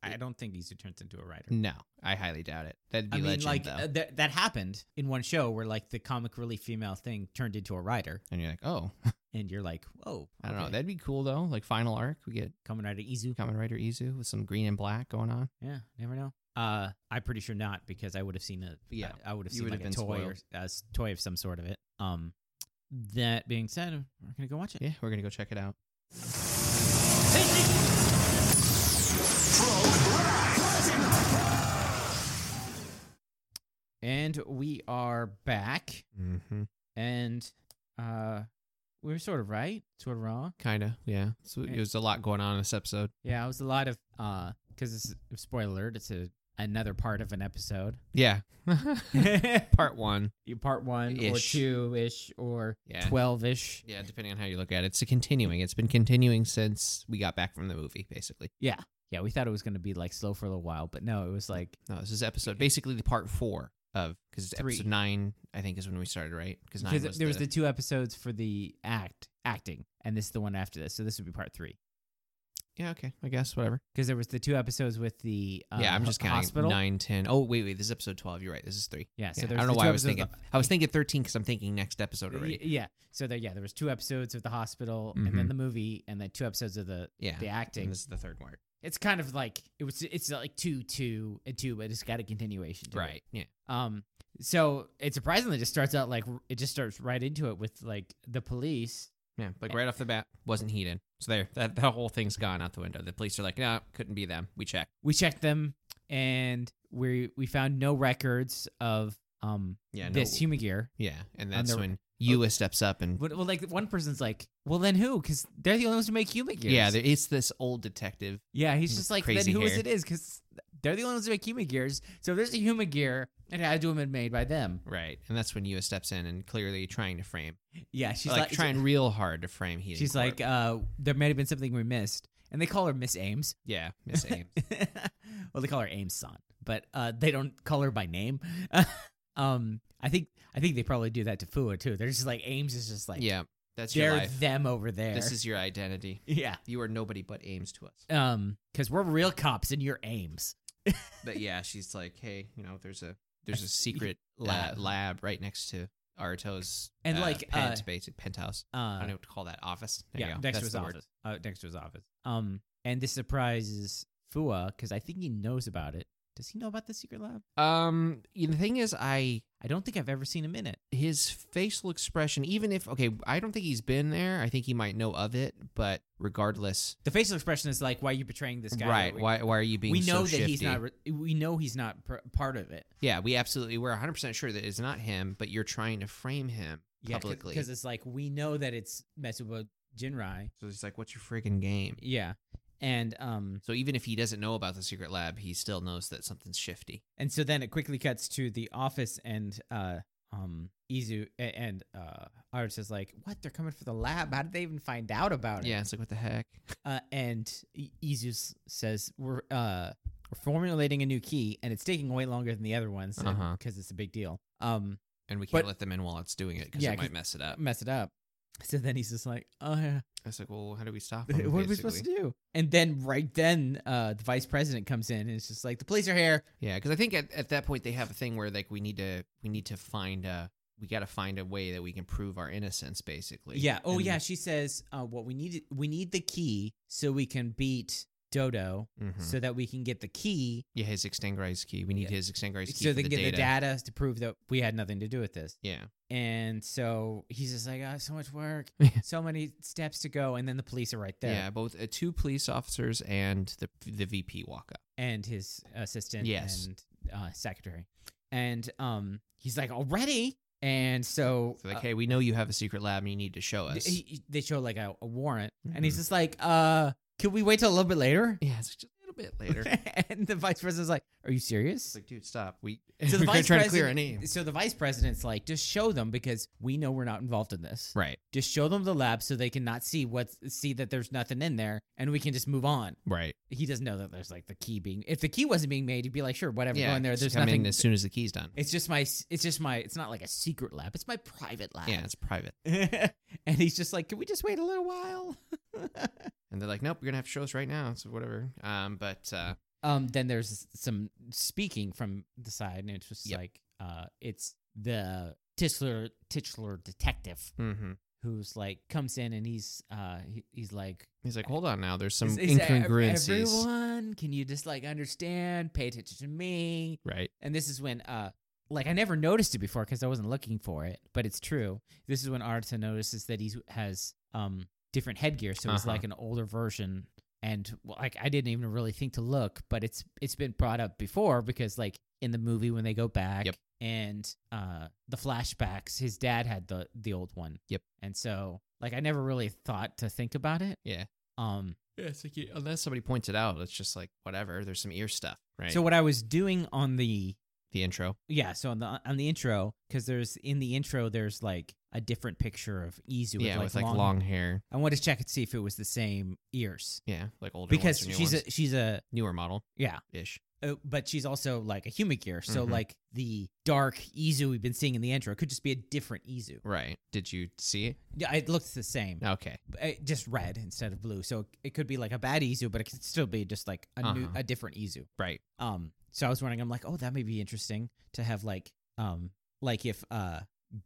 [SPEAKER 2] I I don't think Izu turns into a writer.
[SPEAKER 1] No, I highly doubt it. That'd
[SPEAKER 2] I
[SPEAKER 1] be
[SPEAKER 2] mean,
[SPEAKER 1] legend,
[SPEAKER 2] like
[SPEAKER 1] though.
[SPEAKER 2] uh, that that happened in one show where like the comic relief female thing turned into a writer,
[SPEAKER 1] and you're like, oh,
[SPEAKER 2] and you're like, whoa,
[SPEAKER 1] I don't know.
[SPEAKER 2] okay.
[SPEAKER 1] That'd be cool though. Like final arc, we get
[SPEAKER 2] coming out of Izu.
[SPEAKER 1] Kamen Rider Izu with some green and black going on.
[SPEAKER 2] Yeah, never know. Uh, I'm pretty sure not because I would have seen a
[SPEAKER 1] Yeah,
[SPEAKER 2] I, I would have
[SPEAKER 1] you
[SPEAKER 2] seen
[SPEAKER 1] would
[SPEAKER 2] like
[SPEAKER 1] have
[SPEAKER 2] a
[SPEAKER 1] been
[SPEAKER 2] toy or
[SPEAKER 1] spoiled.
[SPEAKER 2] a s- toy of some sort of it. Um, that being said, we're gonna go watch it.
[SPEAKER 1] Yeah, we're gonna go check it out.
[SPEAKER 3] Pro Drive.
[SPEAKER 2] And we are back.
[SPEAKER 1] Mm-hmm.
[SPEAKER 2] And uh we were sort of right, sort of wrong.
[SPEAKER 1] Kind of, yeah. So it was a lot going on in this episode.
[SPEAKER 2] Yeah, it was a lot of uh because this is spoiler alert, it's a another part of an episode.
[SPEAKER 1] Yeah. Part one.
[SPEAKER 2] Part one
[SPEAKER 1] Ish.
[SPEAKER 2] or two ish or
[SPEAKER 1] Yeah.
[SPEAKER 2] twelve ish.
[SPEAKER 1] Yeah, depending on how you look at it. It's a continuing. It's been continuing since we got back from the movie, basically.
[SPEAKER 2] Yeah. Yeah, we thought it was gonna be like slow for a little while, but no, it was like
[SPEAKER 1] No, this is episode, basically the part four of, because
[SPEAKER 2] Three.
[SPEAKER 1] episode nine, I think, is when we started, right? Because nine
[SPEAKER 2] because
[SPEAKER 1] was
[SPEAKER 2] there was
[SPEAKER 1] the,
[SPEAKER 2] the two episodes for the act acting, and this is the one after this, so this would be part three.
[SPEAKER 1] Yeah, okay. I guess, whatever.
[SPEAKER 2] Because there was the two episodes with the um,
[SPEAKER 1] yeah, I'm just
[SPEAKER 2] ho-
[SPEAKER 1] counting.
[SPEAKER 2] hospital.
[SPEAKER 1] Nine, ten. Oh, wait, wait. This is episode 12. You're right. This is three.
[SPEAKER 2] Yeah, so
[SPEAKER 1] Yeah,
[SPEAKER 2] there's
[SPEAKER 1] I don't know
[SPEAKER 2] the
[SPEAKER 1] why
[SPEAKER 2] two
[SPEAKER 1] I was
[SPEAKER 2] episodes
[SPEAKER 1] thinking.
[SPEAKER 2] of the-
[SPEAKER 1] I was thinking 13 because I'm thinking next episode already.
[SPEAKER 2] Y- Yeah. So there, yeah, there was two episodes of the hospital, and then
[SPEAKER 1] Mhm.
[SPEAKER 2] the movie, and then two episodes of the
[SPEAKER 1] Yeah.
[SPEAKER 2] the
[SPEAKER 1] And
[SPEAKER 2] acting.
[SPEAKER 1] this is the third one.
[SPEAKER 2] It's kind of like it was. It's like two, two, and two, but it's got a continuation. To it.
[SPEAKER 1] Right. Yeah.
[SPEAKER 2] Um. So it surprisingly just starts out like r- it just starts right into it with like the police.
[SPEAKER 1] Yeah. Like right off the bat, wasn't heated. So there, that, that whole thing's gone out the window. The police are like, no, couldn't be them. We checked.
[SPEAKER 2] We checked them, and we we found no records of um
[SPEAKER 1] Yeah. No,
[SPEAKER 2] this human gear.
[SPEAKER 1] Yeah. And that's
[SPEAKER 2] the-
[SPEAKER 1] when Yua steps up and.
[SPEAKER 2] Well, well, like one person's like, well, then who? Because they're the only ones who make human gears.
[SPEAKER 1] Yeah, there, it's this old detective.
[SPEAKER 2] Yeah, he's
[SPEAKER 1] With
[SPEAKER 2] just like,
[SPEAKER 1] crazy
[SPEAKER 2] then who is
[SPEAKER 1] hair.
[SPEAKER 2] it is? Because they're the only ones who make human gears. So if there's a human gear, it had to have been made by them.
[SPEAKER 1] Right. And that's when Yua steps in and clearly trying to frame.
[SPEAKER 2] Yeah, she's
[SPEAKER 1] like,
[SPEAKER 2] like,
[SPEAKER 1] trying real hard to frame Heating.
[SPEAKER 2] She's
[SPEAKER 1] Corp.
[SPEAKER 2] like, uh, there may have been something we missed, and they call her Miss Ames.
[SPEAKER 1] yeah, Miss Ames.
[SPEAKER 2] well, they call her Ames Son, but uh, they don't call her by name. um, I think I think they probably do that to Fua too. They're just like Ames is just like,
[SPEAKER 1] yeah, that's your
[SPEAKER 2] they're
[SPEAKER 1] life.
[SPEAKER 2] them over there.
[SPEAKER 1] This is your identity.
[SPEAKER 2] yeah.
[SPEAKER 1] You are nobody but Ames to us.
[SPEAKER 2] Um, because we're real cops and you're Ames.
[SPEAKER 1] But yeah, she's like, hey, you know, there's a there's a
[SPEAKER 2] s-
[SPEAKER 1] secret la-
[SPEAKER 2] lab.
[SPEAKER 1] lab right next to Arto's
[SPEAKER 2] And,
[SPEAKER 1] uh,
[SPEAKER 2] like,
[SPEAKER 1] pent,
[SPEAKER 2] uh,
[SPEAKER 1] basi- penthouse.
[SPEAKER 2] Uh,
[SPEAKER 1] I don't know what to call that office. There you
[SPEAKER 2] yeah,
[SPEAKER 1] go.
[SPEAKER 2] next
[SPEAKER 1] That's
[SPEAKER 2] to his
[SPEAKER 1] the word.
[SPEAKER 2] office. Uh, next to his office. Um, and this surprises Fua because I think he knows about it. Does he know about the secret lab?
[SPEAKER 1] Um, y- the thing is, I
[SPEAKER 2] I don't think I've ever seen him in it.
[SPEAKER 1] his facial expression, even if okay, I don't think he's been there. I think he might know of it, but regardless,
[SPEAKER 2] The facial expression is like, "Why are you betraying this guy?"
[SPEAKER 1] right?
[SPEAKER 2] We,
[SPEAKER 1] Why why are you being?
[SPEAKER 2] we know
[SPEAKER 1] so
[SPEAKER 2] that he's
[SPEAKER 1] shifty?
[SPEAKER 2] not. Re- we know he's not pr- part of it.
[SPEAKER 1] Yeah, we absolutely we're 100 percent sure that it's not him, but you're trying to frame him publicly.
[SPEAKER 2] because it's like we know that it's Metsubo Jinrai.
[SPEAKER 1] so he's like, "What's your friggin' game?"
[SPEAKER 2] Yeah, and um,
[SPEAKER 1] So even if he doesn't know about the secret lab, he still knows that something's shifty.
[SPEAKER 2] and so then it quickly cuts to the office and uh, um, Izu a- and uh, Arts is like, "What? They're coming for the lab? How did they even find out about it?"
[SPEAKER 1] Yeah, it's like what the heck?
[SPEAKER 2] Uh, and I- Izu s- says we're uh, we're formulating a new key, and it's taking way longer than the other ones because
[SPEAKER 1] Uh-huh.
[SPEAKER 2] it's a big deal. Um,
[SPEAKER 1] And we can't
[SPEAKER 2] But-
[SPEAKER 1] let them in while it's doing it because
[SPEAKER 2] Yeah,
[SPEAKER 1] it
[SPEAKER 2] 'cause-
[SPEAKER 1] might mess it up.
[SPEAKER 2] mess it up. So then he's just like, "Oh yeah,
[SPEAKER 1] I was like, well, how do we stop
[SPEAKER 2] what
[SPEAKER 1] him?
[SPEAKER 2] are we supposed to do?" And then right then, uh, the vice president comes in and it's just like, "The police are here."
[SPEAKER 1] Yeah, because I think at, at that point they have a thing where like we need to we need to find a we got to find a way that we can prove our innocence, basically.
[SPEAKER 2] yeah. Oh
[SPEAKER 1] And-
[SPEAKER 2] yeah. She says, uh, "What we need we need the key so we can beat Dodo,
[SPEAKER 1] Mhm.
[SPEAKER 2] so that we can get the key,
[SPEAKER 1] yeah, his extinguished key. We need
[SPEAKER 2] Mm-hmm. Yeah.
[SPEAKER 1] his extinguished key
[SPEAKER 2] so
[SPEAKER 1] for
[SPEAKER 2] they
[SPEAKER 1] the
[SPEAKER 2] can get
[SPEAKER 1] data.
[SPEAKER 2] the data to prove that we had nothing to do with this."
[SPEAKER 1] Yeah,
[SPEAKER 2] And so he's just like, oh, so much work, so many steps to go. And then the police are right there.
[SPEAKER 1] yeah. Both uh, two police officers and the the VP walk up.
[SPEAKER 2] And his assistant
[SPEAKER 1] Yes.
[SPEAKER 2] and uh, secretary. And um, he's like, already? And so,
[SPEAKER 1] So like,
[SPEAKER 2] uh,
[SPEAKER 1] hey, we know you have a secret lab and you need to show
[SPEAKER 2] th-
[SPEAKER 1] us.
[SPEAKER 2] he- he- they show like a, a warrant. And
[SPEAKER 1] Mhm.
[SPEAKER 2] he's just like, uh, could we wait till a little bit later?
[SPEAKER 1] yeah, it's just a little bit later.
[SPEAKER 2] and the vice president's like, are you serious?
[SPEAKER 1] It's like, dude, stop. We
[SPEAKER 2] So the
[SPEAKER 1] we're
[SPEAKER 2] vice
[SPEAKER 1] trying to clear our
[SPEAKER 2] president-
[SPEAKER 1] name.
[SPEAKER 2] So the vice president's like, just show them because we know we're not involved in this.
[SPEAKER 1] Right,
[SPEAKER 2] Just show them the lab so they can not see what see that there's nothing in there, and we can just move on.
[SPEAKER 1] right.
[SPEAKER 2] he doesn't know that there's like the key being if the key wasn't being made he'd be like sure whatever go in there
[SPEAKER 1] just
[SPEAKER 2] there's
[SPEAKER 1] come
[SPEAKER 2] nothing
[SPEAKER 1] in as soon as the key's done.
[SPEAKER 2] it's just my it's just my it's not like a secret lab it's my private lab
[SPEAKER 1] yeah, it's private.
[SPEAKER 2] and he's just like can we just wait a little while
[SPEAKER 1] And they're like, nope, you're gonna have to show us right now. So whatever. Um, but uh,
[SPEAKER 2] um then there's some speaking from the side and it's just
[SPEAKER 1] Yep.
[SPEAKER 2] like uh it's the titular titular detective
[SPEAKER 1] mhm.
[SPEAKER 2] who's like comes in and he's uh he, he's like
[SPEAKER 1] he's like, hold on now. There's some
[SPEAKER 2] "Is- is ev-
[SPEAKER 1] incongruencies.
[SPEAKER 2] everyone can you just like understand pay attention to me
[SPEAKER 1] Right.
[SPEAKER 2] and this is when uh like I never noticed it before because I wasn't looking for it, but it's true. This is when Arta notices that he has um different headgear, so it's
[SPEAKER 1] Uh-huh.
[SPEAKER 2] like an older version. And well, like I didn't even really think to look, but it's it's been brought up before because like in the movie when they go back.
[SPEAKER 1] Yep.
[SPEAKER 2] And uh, the flashbacks, his dad had the the old one.
[SPEAKER 1] Yep.
[SPEAKER 2] And so, like, I never really thought to think about it.
[SPEAKER 1] Yeah.
[SPEAKER 2] Um.
[SPEAKER 1] Yeah, it's like you, unless somebody points it out, it's just like whatever. There's some ear stuff, right?
[SPEAKER 2] So what I was doing on the
[SPEAKER 1] the intro.
[SPEAKER 2] yeah, so on the on the intro, because there's in the intro, there's like a different picture of Izu with,
[SPEAKER 1] yeah,
[SPEAKER 2] like,
[SPEAKER 1] with like long hair.
[SPEAKER 2] I want to check and see if it was the same ears
[SPEAKER 1] Yeah, like older
[SPEAKER 2] because
[SPEAKER 1] ones or new
[SPEAKER 2] she's
[SPEAKER 1] ones.
[SPEAKER 2] a she's a
[SPEAKER 1] newer model
[SPEAKER 2] yeah,
[SPEAKER 1] ish.
[SPEAKER 2] uh, but she's also like a human gear. So
[SPEAKER 1] Mhm.
[SPEAKER 2] like the dark Izu we've been seeing in the intro could just be a different Izu.
[SPEAKER 1] Right? Did you see it?
[SPEAKER 2] Yeah, it looks the same,
[SPEAKER 1] Okay.
[SPEAKER 2] but it uh, just red instead of blue. So it could be like a bad Izu, but it could still be just like a new
[SPEAKER 1] Uh-huh.
[SPEAKER 2] a different Izu.
[SPEAKER 1] Right.
[SPEAKER 2] Um, so I was wondering, I'm like, oh, that may be interesting to have like, um, like if uh,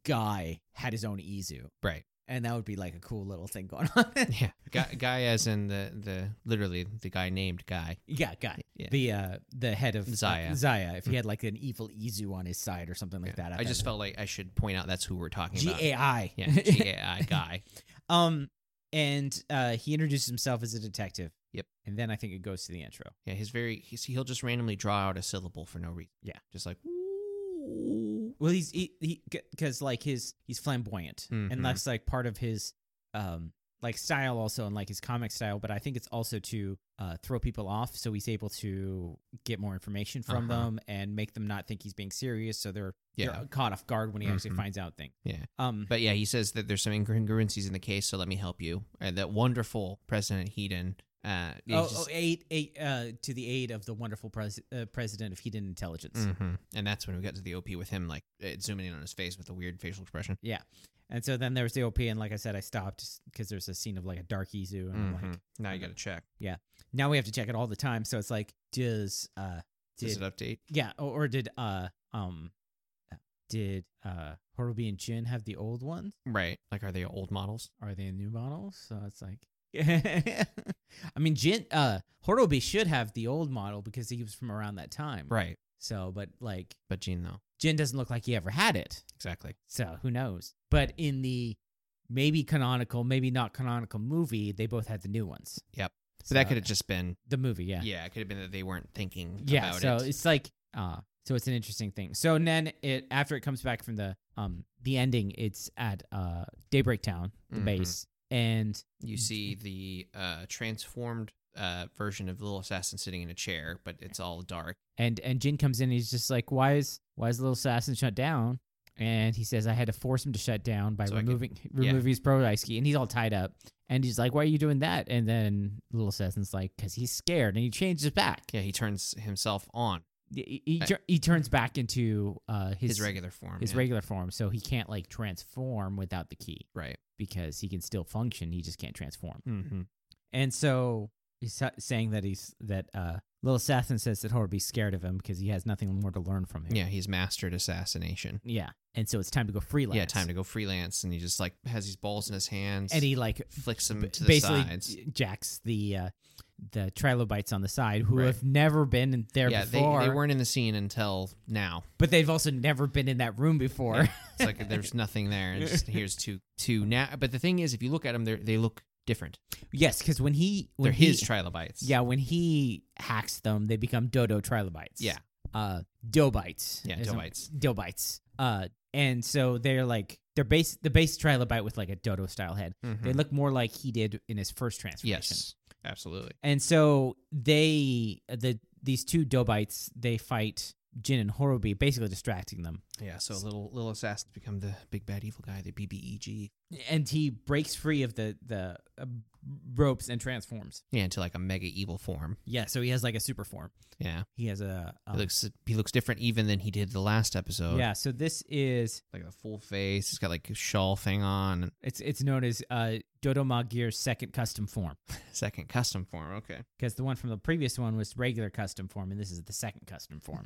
[SPEAKER 2] guy had his own Izu,
[SPEAKER 1] Right.
[SPEAKER 2] and that would be like a cool little thing going on.
[SPEAKER 1] Yeah. guy, guy, as in the the literally the guy named Guy.
[SPEAKER 2] yeah, guy.
[SPEAKER 1] Yeah.
[SPEAKER 2] The uh, the head of
[SPEAKER 1] Zaya. Mm-hmm.
[SPEAKER 2] uh, Zaya. If he had like an evil Izu on his side or something like
[SPEAKER 1] Yeah.
[SPEAKER 2] that,
[SPEAKER 1] I just felt like I should point out that's who we're talking
[SPEAKER 2] G
[SPEAKER 1] about.
[SPEAKER 2] A I.
[SPEAKER 1] Yeah, G A I Guy.
[SPEAKER 2] Um, and uh, he introduces himself as a detective.
[SPEAKER 1] Yep.
[SPEAKER 2] And then I think it goes to the intro.
[SPEAKER 1] Yeah, he's very. He's, he'll just randomly draw out a syllable for no reason.
[SPEAKER 2] Yeah.
[SPEAKER 1] just like
[SPEAKER 2] Well, he's he he because like his he's flamboyant,
[SPEAKER 1] Mhm.
[SPEAKER 2] and that's like part of his um like style also, and like his comic style. But I think it's also to uh, throw people off, so he's able to get more information from
[SPEAKER 1] Uh-huh.
[SPEAKER 2] them and make them not think he's being serious, so they're
[SPEAKER 1] yeah,
[SPEAKER 2] they're caught off guard when he actually
[SPEAKER 1] Mhm.
[SPEAKER 2] finds out things.
[SPEAKER 1] Yeah.
[SPEAKER 2] Um.
[SPEAKER 1] But yeah, he says that there's some incongruencies in the case, so let me help you. And that wonderful President Heaton. Uh, he's
[SPEAKER 2] Oh,
[SPEAKER 1] just-
[SPEAKER 2] oh, aid, aid, uh, to the aid of the wonderful pres- uh, president of hidden intelligence.
[SPEAKER 1] Mhm. And that's when we got to the OP with him, like uh, zooming in on his face with a weird facial expression.
[SPEAKER 2] And so then there was the OP, and like I said, I stopped because there's a scene of like a dark Izu, and I'm like,
[SPEAKER 1] Mhm. now you got to check.
[SPEAKER 2] now we have to check it all the time. So it's like, does uh,
[SPEAKER 1] Does
[SPEAKER 2] did
[SPEAKER 1] it update?
[SPEAKER 2] yeah, or, or did uh um, uh, did uh Horobi and Jin have the old ones?
[SPEAKER 1] Right. Like, are they old models?
[SPEAKER 2] Are they new models? So it's like, I mean, Jin uh Horobi should have the old model because he was from around that time,
[SPEAKER 1] Right.
[SPEAKER 2] So, but like
[SPEAKER 1] But Gene, though.
[SPEAKER 2] Jin doesn't look like he ever had it.
[SPEAKER 1] Exactly.
[SPEAKER 2] So who knows? But in the maybe canonical, maybe not canonical movie, they both had the new ones.
[SPEAKER 1] Yep. So that
[SPEAKER 2] So-
[SPEAKER 1] could have just been,
[SPEAKER 2] The movie,
[SPEAKER 1] yeah,
[SPEAKER 2] yeah.
[SPEAKER 1] it could have been that they weren't thinking
[SPEAKER 2] Yeah,
[SPEAKER 1] about
[SPEAKER 2] so
[SPEAKER 1] it.
[SPEAKER 2] it's like uh so it's an interesting thing. So then it after it comes back from the um the ending, it's at uh Daybreak Town, the
[SPEAKER 1] Mhm.
[SPEAKER 2] base. And
[SPEAKER 1] You see the uh, transformed uh, version of Little Assassin sitting in a chair, but it's all dark.
[SPEAKER 2] and and Jin comes in and he's just like, Why is why is the little assassin shut down? And he says, I had to force him to shut down by
[SPEAKER 1] So I could-
[SPEAKER 2] removing removing his prototype key. And he's all tied up. And he's like, Why are you doing that? And then Little Assassin's like, Because he's scared. And he changes back.
[SPEAKER 1] Yeah, he turns himself on
[SPEAKER 2] he, he,
[SPEAKER 1] I-
[SPEAKER 2] tur- he turns back into uh, his
[SPEAKER 1] his, regular form.
[SPEAKER 2] his
[SPEAKER 1] yeah.
[SPEAKER 2] regular form, so he can't like transform without the key
[SPEAKER 1] Right.
[SPEAKER 2] because he can still function. He just can't transform,
[SPEAKER 1] Mm-hmm.
[SPEAKER 2] and so he's sa- saying that he's that uh, little assassin says that Horobi's scared of him because he has nothing more to learn from him.
[SPEAKER 1] Yeah, he's mastered assassination.
[SPEAKER 2] yeah, and so it's time to go freelance.
[SPEAKER 1] Yeah, time to go freelance, and he just like has these balls in his hands,
[SPEAKER 2] and he like
[SPEAKER 1] flicks them
[SPEAKER 2] b-
[SPEAKER 1] to the
[SPEAKER 2] basically
[SPEAKER 1] sides.
[SPEAKER 2] jacks the uh, the trilobites on the side who
[SPEAKER 1] Right.
[SPEAKER 2] have never been in there
[SPEAKER 1] yeah, they,
[SPEAKER 2] before,
[SPEAKER 1] they weren't in the scene until now.
[SPEAKER 2] but they've also never been in that room before.
[SPEAKER 1] It's like there's nothing there, and just, here's two two now. But the thing is, if you look at them, they they look different.
[SPEAKER 2] yes, because when he when
[SPEAKER 1] they're
[SPEAKER 2] he,
[SPEAKER 1] his trilobites.
[SPEAKER 2] Yeah, when he hacks them, they become dodo trilobites.
[SPEAKER 1] Yeah.
[SPEAKER 2] Uh dobites.
[SPEAKER 1] yeah,
[SPEAKER 2] is a-
[SPEAKER 1] trilobites.
[SPEAKER 2] Dobites. Uh and so they're like they're base the base trilobite with like a dodo style head. They
[SPEAKER 1] Mhm.
[SPEAKER 2] look more like he did in his first transformation.
[SPEAKER 1] Yes, absolutely.
[SPEAKER 2] And so they the these two dobites, they fight Jin and Horobi, basically distracting them.
[SPEAKER 1] Yeah, so little little assassins become the big bad evil guy, the E BBEG.
[SPEAKER 2] And he breaks free of the the uh, ropes and transforms.
[SPEAKER 1] Yeah, into like a mega evil form.
[SPEAKER 2] Yeah, so he has like a super form.
[SPEAKER 1] Yeah,
[SPEAKER 2] He has a um,
[SPEAKER 1] he looks he looks different even than he did the last episode.
[SPEAKER 2] Yeah, so this is
[SPEAKER 1] like a full face. He's got like a shawl thing on.
[SPEAKER 2] It's it's known as uh, Dodoma Gear's second custom form
[SPEAKER 1] Second custom form. Okay.
[SPEAKER 2] because the one from the previous one was regular custom form, and this is the second custom form.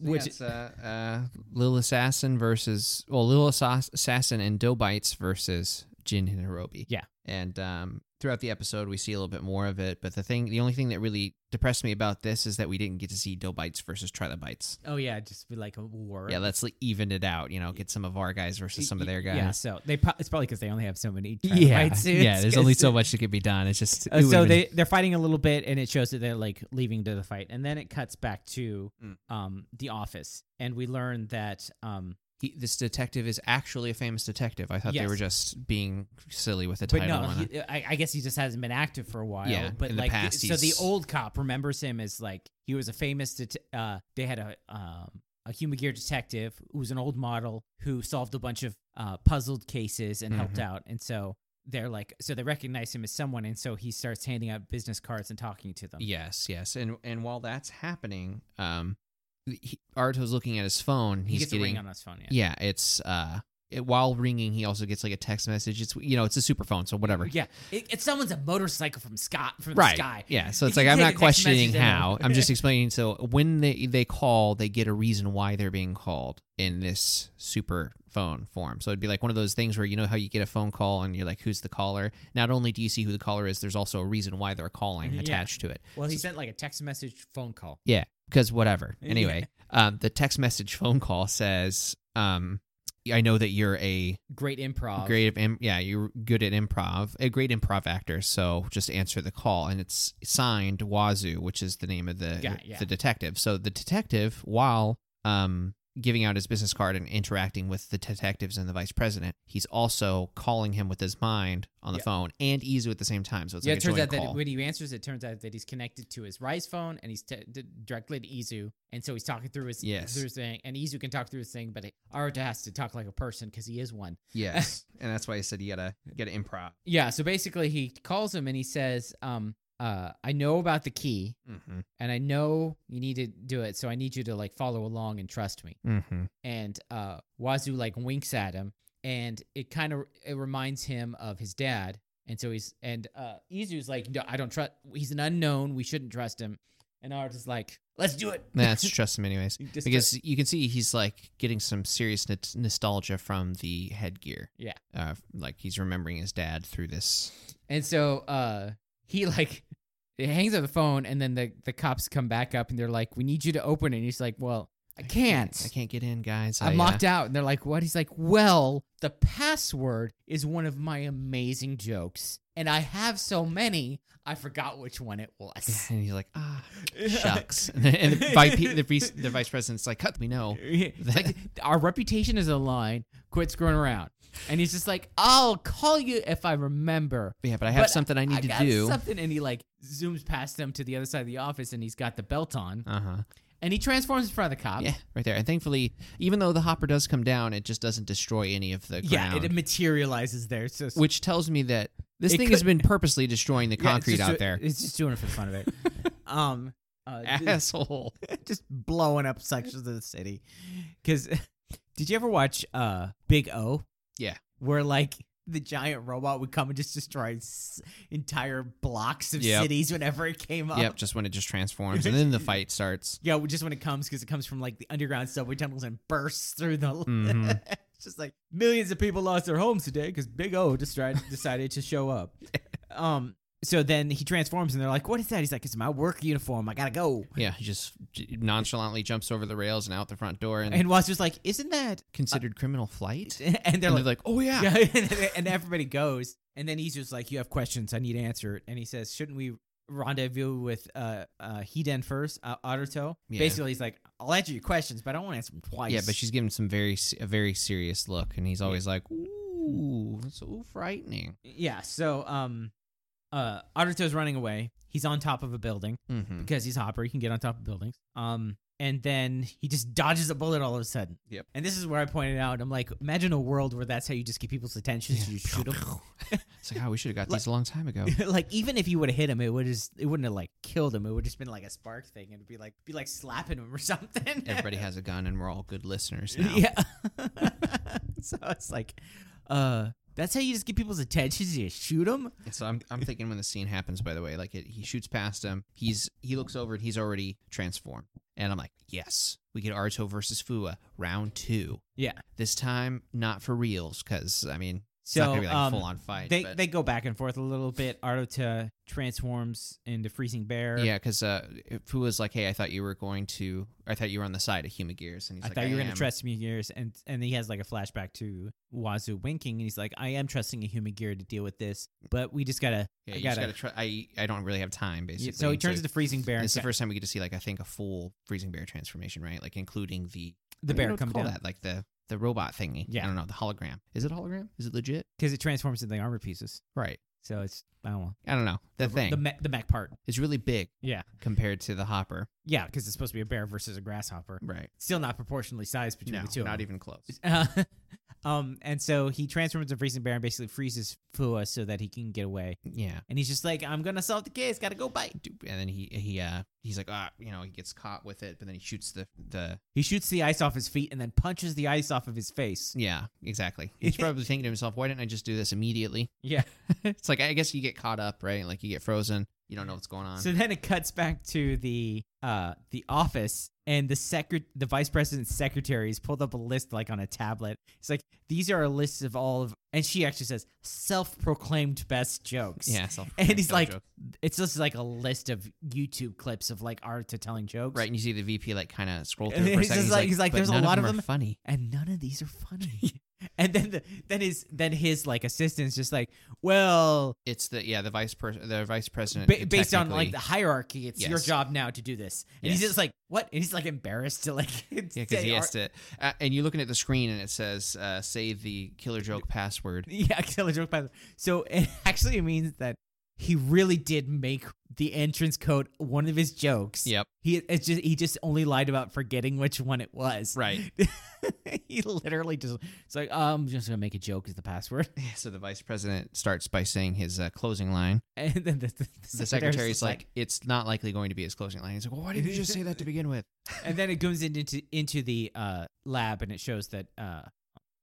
[SPEAKER 1] Which
[SPEAKER 2] Which-
[SPEAKER 1] is uh, uh, Lil Assassin versus well, Lil Assas- Assassin and Dobites versus Jin and Hirobi.
[SPEAKER 2] Yeah.
[SPEAKER 1] and um, Throughout the episode, we see a little bit more of it, but the thing, the only thing that really depressed me about this is that we didn't get to see Dobites versus Trilobites.
[SPEAKER 2] Oh yeah, just be like a war.
[SPEAKER 1] Yeah, let's like, even it out. You know, get some of our guys versus some of their guys.
[SPEAKER 2] Yeah, so they pro- it's probably because they only have so many.
[SPEAKER 1] yeah,
[SPEAKER 2] trilobites suits,
[SPEAKER 1] yeah. There's only
[SPEAKER 2] 'cause-
[SPEAKER 1] so much that could be done. It's just
[SPEAKER 2] Uh,
[SPEAKER 1] it
[SPEAKER 2] so
[SPEAKER 1] would've been-
[SPEAKER 2] they they're fighting a little bit, and it shows that they're like leaving to the fight, and then it cuts back to
[SPEAKER 1] Mm.
[SPEAKER 2] um the office, and we learn that um
[SPEAKER 1] he, this detective is actually a famous detective. I thought they
[SPEAKER 2] Yes.
[SPEAKER 1] were just being silly with the
[SPEAKER 2] but
[SPEAKER 1] title.
[SPEAKER 2] no,
[SPEAKER 1] and
[SPEAKER 2] he, I, I guess he just hasn't been active for a while.
[SPEAKER 1] Yeah,
[SPEAKER 2] but
[SPEAKER 1] in the
[SPEAKER 2] like th-
[SPEAKER 1] past
[SPEAKER 2] so the
[SPEAKER 1] he's-
[SPEAKER 2] old cop remembers him as like he was a famous det- uh they had a um a human gear detective who was an old model who solved a bunch of uh puzzled cases and helped
[SPEAKER 1] Mhm.
[SPEAKER 2] out, and so. They're like so they recognize him as someone, and so he starts handing out business cards and talking to them.
[SPEAKER 1] Yes, yes, and and while that's happening, um, he, Arto's looking at his phone.
[SPEAKER 2] he
[SPEAKER 1] He's
[SPEAKER 2] gets
[SPEAKER 1] getting
[SPEAKER 2] a ring on his phone. Yeah,
[SPEAKER 1] yeah. It's uh, it, while ringing, he also gets like a text message. It's you know, it's a super phone, so whatever.
[SPEAKER 2] Yeah, it, it's someone's a motorcycle from Scott from
[SPEAKER 1] right.
[SPEAKER 2] the sky.
[SPEAKER 1] Yeah. So it's
[SPEAKER 2] If
[SPEAKER 1] like
[SPEAKER 2] you
[SPEAKER 1] I'm
[SPEAKER 2] take
[SPEAKER 1] not
[SPEAKER 2] a text
[SPEAKER 1] questioning
[SPEAKER 2] message, I know.
[SPEAKER 1] how. I'm just explaining. So when they they call, they get a reason why they're being called in this super phone form. So it'd be like one of those things where you know how you get a phone call and you're like, who's the caller? Not only do you see who the caller is, there's also a reason why they're calling
[SPEAKER 2] Yeah.
[SPEAKER 1] attached to it.
[SPEAKER 2] Well, he sent like a text message phone call.
[SPEAKER 1] because whatever.
[SPEAKER 2] Yeah.
[SPEAKER 1] Anyway, um, the text message phone call says, um, "I know that you're a
[SPEAKER 2] Great improv.
[SPEAKER 1] great of Im- yeah, you're good at improv, a great improv actor. So just answer the call." And it's signed Wazoo, which is the name of the
[SPEAKER 2] Yeah, yeah.
[SPEAKER 1] the detective. So the detective, while um giving out his business card and interacting with the detectives and the vice president, he's also calling him with his mind on the
[SPEAKER 2] Yeah.
[SPEAKER 1] phone and easy at the same time. So it's
[SPEAKER 2] yeah,
[SPEAKER 1] like
[SPEAKER 2] it
[SPEAKER 1] a
[SPEAKER 2] turns
[SPEAKER 1] joint
[SPEAKER 2] out that
[SPEAKER 1] call.
[SPEAKER 2] when he answers, it turns out that he's connected to his Rise phone and he's t- d- directly to Izu, and so he's talking through his
[SPEAKER 1] Yes.
[SPEAKER 2] through his thing, and Izu can talk through his thing, but Aruta has to talk like a person because he is one.
[SPEAKER 1] yes, and that's why I said you gotta gotta improv.
[SPEAKER 2] Yeah, so basically he calls him and he says, um, uh, "I know about the key,
[SPEAKER 1] Mm-hmm.
[SPEAKER 2] and I know you need to do it, so I need you to like follow along and trust me."
[SPEAKER 1] Mm-hmm.
[SPEAKER 2] and uh, Wazoo like winks at him, and it kind of it reminds him of his dad, and so he's and uh, Izu's like, no, I don't trust. He's an unknown. We shouldn't trust him. And Art is like, let's do it.
[SPEAKER 1] That's trust him anyways.
[SPEAKER 2] He just-
[SPEAKER 1] Because you can see he's like getting some serious n- nostalgia from the headgear.
[SPEAKER 2] Yeah.
[SPEAKER 1] Uh, like he's remembering his dad through this.
[SPEAKER 2] and so uh, he like he hangs up the phone, and then the the cops come back up, and they're like, we need you to open it. And he's like, well, I can't.
[SPEAKER 1] I can't get in, guys. uh,
[SPEAKER 2] I'm locked out. And they're like, what? He's like, well, the password is one of my amazing jokes. And I have so many, I forgot which one it was.
[SPEAKER 1] And he's like, ah, shucks. and the, and the, vi- the, vice- the vice president's like, cut, we know.
[SPEAKER 2] It's like, our reputation is on the line. Quit screwing around. And he's just like, I'll call you if I remember.
[SPEAKER 1] Yeah, but I have
[SPEAKER 2] But
[SPEAKER 1] something I need to
[SPEAKER 2] got
[SPEAKER 1] do.
[SPEAKER 2] something. And he like zooms past them to the other side of the office and he's got the belt on
[SPEAKER 1] uh huh.
[SPEAKER 2] and he transforms in front of the cop.
[SPEAKER 1] Yeah, right there. And thankfully, even though the hopper does come down, it just doesn't destroy any of the
[SPEAKER 2] Yeah,
[SPEAKER 1] ground.
[SPEAKER 2] it materializes there. So
[SPEAKER 1] which tells me that this
[SPEAKER 2] It
[SPEAKER 1] thing
[SPEAKER 2] could-
[SPEAKER 1] has been purposely destroying the
[SPEAKER 2] Yeah, it's
[SPEAKER 1] concrete
[SPEAKER 2] just
[SPEAKER 1] out
[SPEAKER 2] do-
[SPEAKER 1] there.
[SPEAKER 2] It's just doing it for the fun of it. um, uh,
[SPEAKER 1] Asshole.
[SPEAKER 2] just blowing up sections of the city. Because did you ever watch uh Big O?
[SPEAKER 1] Yeah.
[SPEAKER 2] where like the giant robot would come and just destroy s- entire blocks of
[SPEAKER 1] Yep.
[SPEAKER 2] cities whenever it came up.
[SPEAKER 1] Yep, just when it just transforms, and then the fight starts.
[SPEAKER 2] Yeah, well, just when it comes because it comes from like the underground subway tunnels and bursts through the.
[SPEAKER 1] Mhm.
[SPEAKER 2] it's just like millions of people lost their homes today because Big O just tried, decided to show up. Um. So then he transforms and they're like, "What is that?" He's like, "It's my work uniform. I gotta go."
[SPEAKER 1] Yeah, he just j- nonchalantly jumps over the rails and out the front door, and, uh,
[SPEAKER 2] And Wasser's like, "Isn't that?"
[SPEAKER 1] considered criminal flight.
[SPEAKER 2] And they're
[SPEAKER 1] And
[SPEAKER 2] like,
[SPEAKER 1] they're like, "Oh yeah,
[SPEAKER 2] yeah, and- and everybody goes, and then he's just like, "You have questions, I need answered." And he says, "Shouldn't we rendezvous with uh uh Hiden first, uh, Aruto?"
[SPEAKER 1] Yeah.
[SPEAKER 2] Basically, he's like, "I'll answer your questions, but I don't want to answer them twice."
[SPEAKER 1] yeah." But she's giving some very se- a very serious look, and he's always like, "Ooh, so frightening."
[SPEAKER 2] yeah. So um, uh, Aruto's running away. He's on top of a building
[SPEAKER 1] Mm-hmm.
[SPEAKER 2] because he's Hopper. He can get on top of buildings. Um. And then he just dodges a bullet all of a sudden.
[SPEAKER 1] Yep.
[SPEAKER 2] And this is where I pointed out, I'm like, imagine a world where that's how you just get people's attention. So you shoot 'em.
[SPEAKER 1] It's like, "Oh, we should have got
[SPEAKER 2] Like-
[SPEAKER 1] these a long time ago."
[SPEAKER 2] like even if you would have hit him, it would just it wouldn't have like killed him. It would just been like a spark thing. It'd be like be like slapping him or something.
[SPEAKER 1] Everybody has a gun, and we're all good listeners now.
[SPEAKER 2] yeah. so it's like, uh, that's how you just get people's attention. is You shoot them.
[SPEAKER 1] And So I'm I'm thinking when the scene happens. By the way, like it, he shoots past him. He's he looks over and he's already transformed. And I'm like, "Yes, we get Arto versus Fua round two.
[SPEAKER 2] Yeah.
[SPEAKER 1] This time, not for reals, because I mean, It's not
[SPEAKER 2] So
[SPEAKER 1] gonna be like
[SPEAKER 2] um,
[SPEAKER 1] a full on fight.
[SPEAKER 2] they
[SPEAKER 1] but-
[SPEAKER 2] they go back and forth a little bit. Arata transforms into freezing bear.
[SPEAKER 1] yeah, because uh, Fu was like, "Hey, I thought you were going to. I thought you were on the side of Huma Gears." And he's
[SPEAKER 2] I
[SPEAKER 1] like,
[SPEAKER 2] thought you were
[SPEAKER 1] am.
[SPEAKER 2] gonna trust me gears, and and he has like a flashback to Wazoo winking, and he's like, "I am trusting a human gear to deal with this, but we just gotta."
[SPEAKER 1] Yeah,
[SPEAKER 2] I
[SPEAKER 1] you just
[SPEAKER 2] gotta-
[SPEAKER 1] gotta try. I I don't really have time,
[SPEAKER 2] Yeah,
[SPEAKER 1] basically.
[SPEAKER 2] so he
[SPEAKER 1] And
[SPEAKER 2] turns into freezing bear,
[SPEAKER 1] and
[SPEAKER 2] and
[SPEAKER 1] It's the
[SPEAKER 2] ca-
[SPEAKER 1] first time we get to see like I think a full freezing bear transformation, right? Like including the
[SPEAKER 2] the
[SPEAKER 1] I don't know
[SPEAKER 2] bear
[SPEAKER 1] what to
[SPEAKER 2] comes
[SPEAKER 1] call
[SPEAKER 2] down
[SPEAKER 1] that like the the robot thingy.
[SPEAKER 2] Yeah.
[SPEAKER 1] I don't know the hologram. Is it hologram? Is it legit?
[SPEAKER 2] because it transforms into the armor pieces.
[SPEAKER 1] Right.
[SPEAKER 2] So it's I don't know
[SPEAKER 1] I don't know the, thing.
[SPEAKER 2] the mech, the mech part.
[SPEAKER 1] it's really big
[SPEAKER 2] Yeah,
[SPEAKER 1] compared to the hopper.
[SPEAKER 2] yeah, because it's supposed to be a bear versus a grasshopper.
[SPEAKER 1] Right.
[SPEAKER 2] Still not proportionally sized between
[SPEAKER 1] No,
[SPEAKER 2] the two. of
[SPEAKER 1] not
[SPEAKER 2] them.
[SPEAKER 1] even close.
[SPEAKER 2] Uh, um, and so he transforms into Freezing Bear and basically freezes Fua so that he can get away.
[SPEAKER 1] Yeah.
[SPEAKER 2] And he's just like, I'm gonna solve the case, gotta go bite.
[SPEAKER 1] Do- And then he he uh he's like ah you know he gets caught with it, but then he shoots the the
[SPEAKER 2] He shoots the ice off his feet and then punches the ice off of his face.
[SPEAKER 1] yeah exactly. He's probably thinking to himself, why didn't I just do this immediately?
[SPEAKER 2] Yeah.
[SPEAKER 1] It's like I guess you get caught up, right? Like you get frozen. You don't know what's going on.
[SPEAKER 2] So then it cuts back to the uh the office and the secret the vice president's secretary has pulled up a list like on a tablet. It's like these are a list of all of and she actually says self proclaimed best jokes.
[SPEAKER 1] yeah. self-
[SPEAKER 2] And he's
[SPEAKER 1] self
[SPEAKER 2] like,
[SPEAKER 1] joke.
[SPEAKER 2] it's just like a list of YouTube clips of like art to telling jokes.
[SPEAKER 1] right, and you see the VP like kind of scroll
[SPEAKER 2] And
[SPEAKER 1] through. for a
[SPEAKER 2] he's
[SPEAKER 1] second.
[SPEAKER 2] just like- he's like,
[SPEAKER 1] "But
[SPEAKER 2] there's a
[SPEAKER 1] none
[SPEAKER 2] lot of
[SPEAKER 1] of them
[SPEAKER 2] them."
[SPEAKER 1] are funny.
[SPEAKER 2] and none of these are funny. and then the, then his then his like assistant's just like, well,
[SPEAKER 1] It's the yeah the vice person the vice president
[SPEAKER 2] ba- based on
[SPEAKER 1] Uh, technically-
[SPEAKER 2] like the hierarchy, it's your
[SPEAKER 1] Yes.
[SPEAKER 2] job now to do this. And he's
[SPEAKER 1] Yes.
[SPEAKER 2] just like, what? And he's like embarrassed to like,
[SPEAKER 1] Yeah, because he
[SPEAKER 2] say
[SPEAKER 1] has
[SPEAKER 2] ar-
[SPEAKER 1] to. Uh, and you're looking at the screen, and it says, uh, "Say the killer joke password."
[SPEAKER 2] yeah, tell a joke by the- So it actually means that he really did make the entrance code one of his jokes.
[SPEAKER 1] Yep.
[SPEAKER 2] He it's just he just only lied about forgetting which one it was.
[SPEAKER 1] Right.
[SPEAKER 2] he literally just it's like I'm just gonna make a joke as the password.
[SPEAKER 1] So the vice president starts by saying his uh, closing line.
[SPEAKER 2] And then the, the,
[SPEAKER 1] The secretary's like, "It's not likely going to be his closing line." He's like, "Well, why did you just say that to begin with?"
[SPEAKER 2] and then it goes in- into into the uh, lab, and it shows that uh,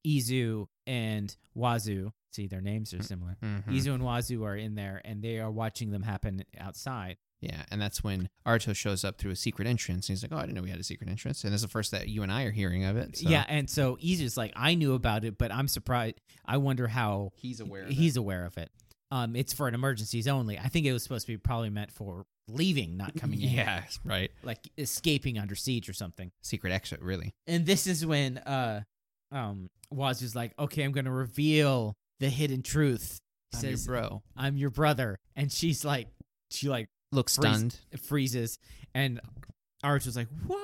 [SPEAKER 2] Izu and Wazoo, see their names are similar.
[SPEAKER 1] Mhm.
[SPEAKER 2] Izu and Wazoo are in there, and they are watching them happen outside.
[SPEAKER 1] Yeah, and that's when Arto shows up through a secret entrance. And he's like, "Oh, I didn't know we had a secret entrance." And this is the first that you and I are hearing of it. So
[SPEAKER 2] Yeah, and so Izu's like, I knew about it, but I'm surprised. I wonder how
[SPEAKER 1] he's aware. Of
[SPEAKER 2] he's aware of it. Um, it's for an emergencies only. I think it was supposed to be probably meant for leaving, not
[SPEAKER 1] it.
[SPEAKER 2] coming in.
[SPEAKER 1] Yeah, right.
[SPEAKER 2] like escaping under siege or something.
[SPEAKER 1] Secret exit, really.
[SPEAKER 2] And this is when uh um Waz is like, okay, I'm gonna reveal the hidden truth.
[SPEAKER 1] I'm your
[SPEAKER 2] says
[SPEAKER 1] bro.
[SPEAKER 2] I'm your brother. And she's like she like
[SPEAKER 1] Looks
[SPEAKER 2] Freeze.
[SPEAKER 1] stunned.
[SPEAKER 2] freezes and Arch was like, What?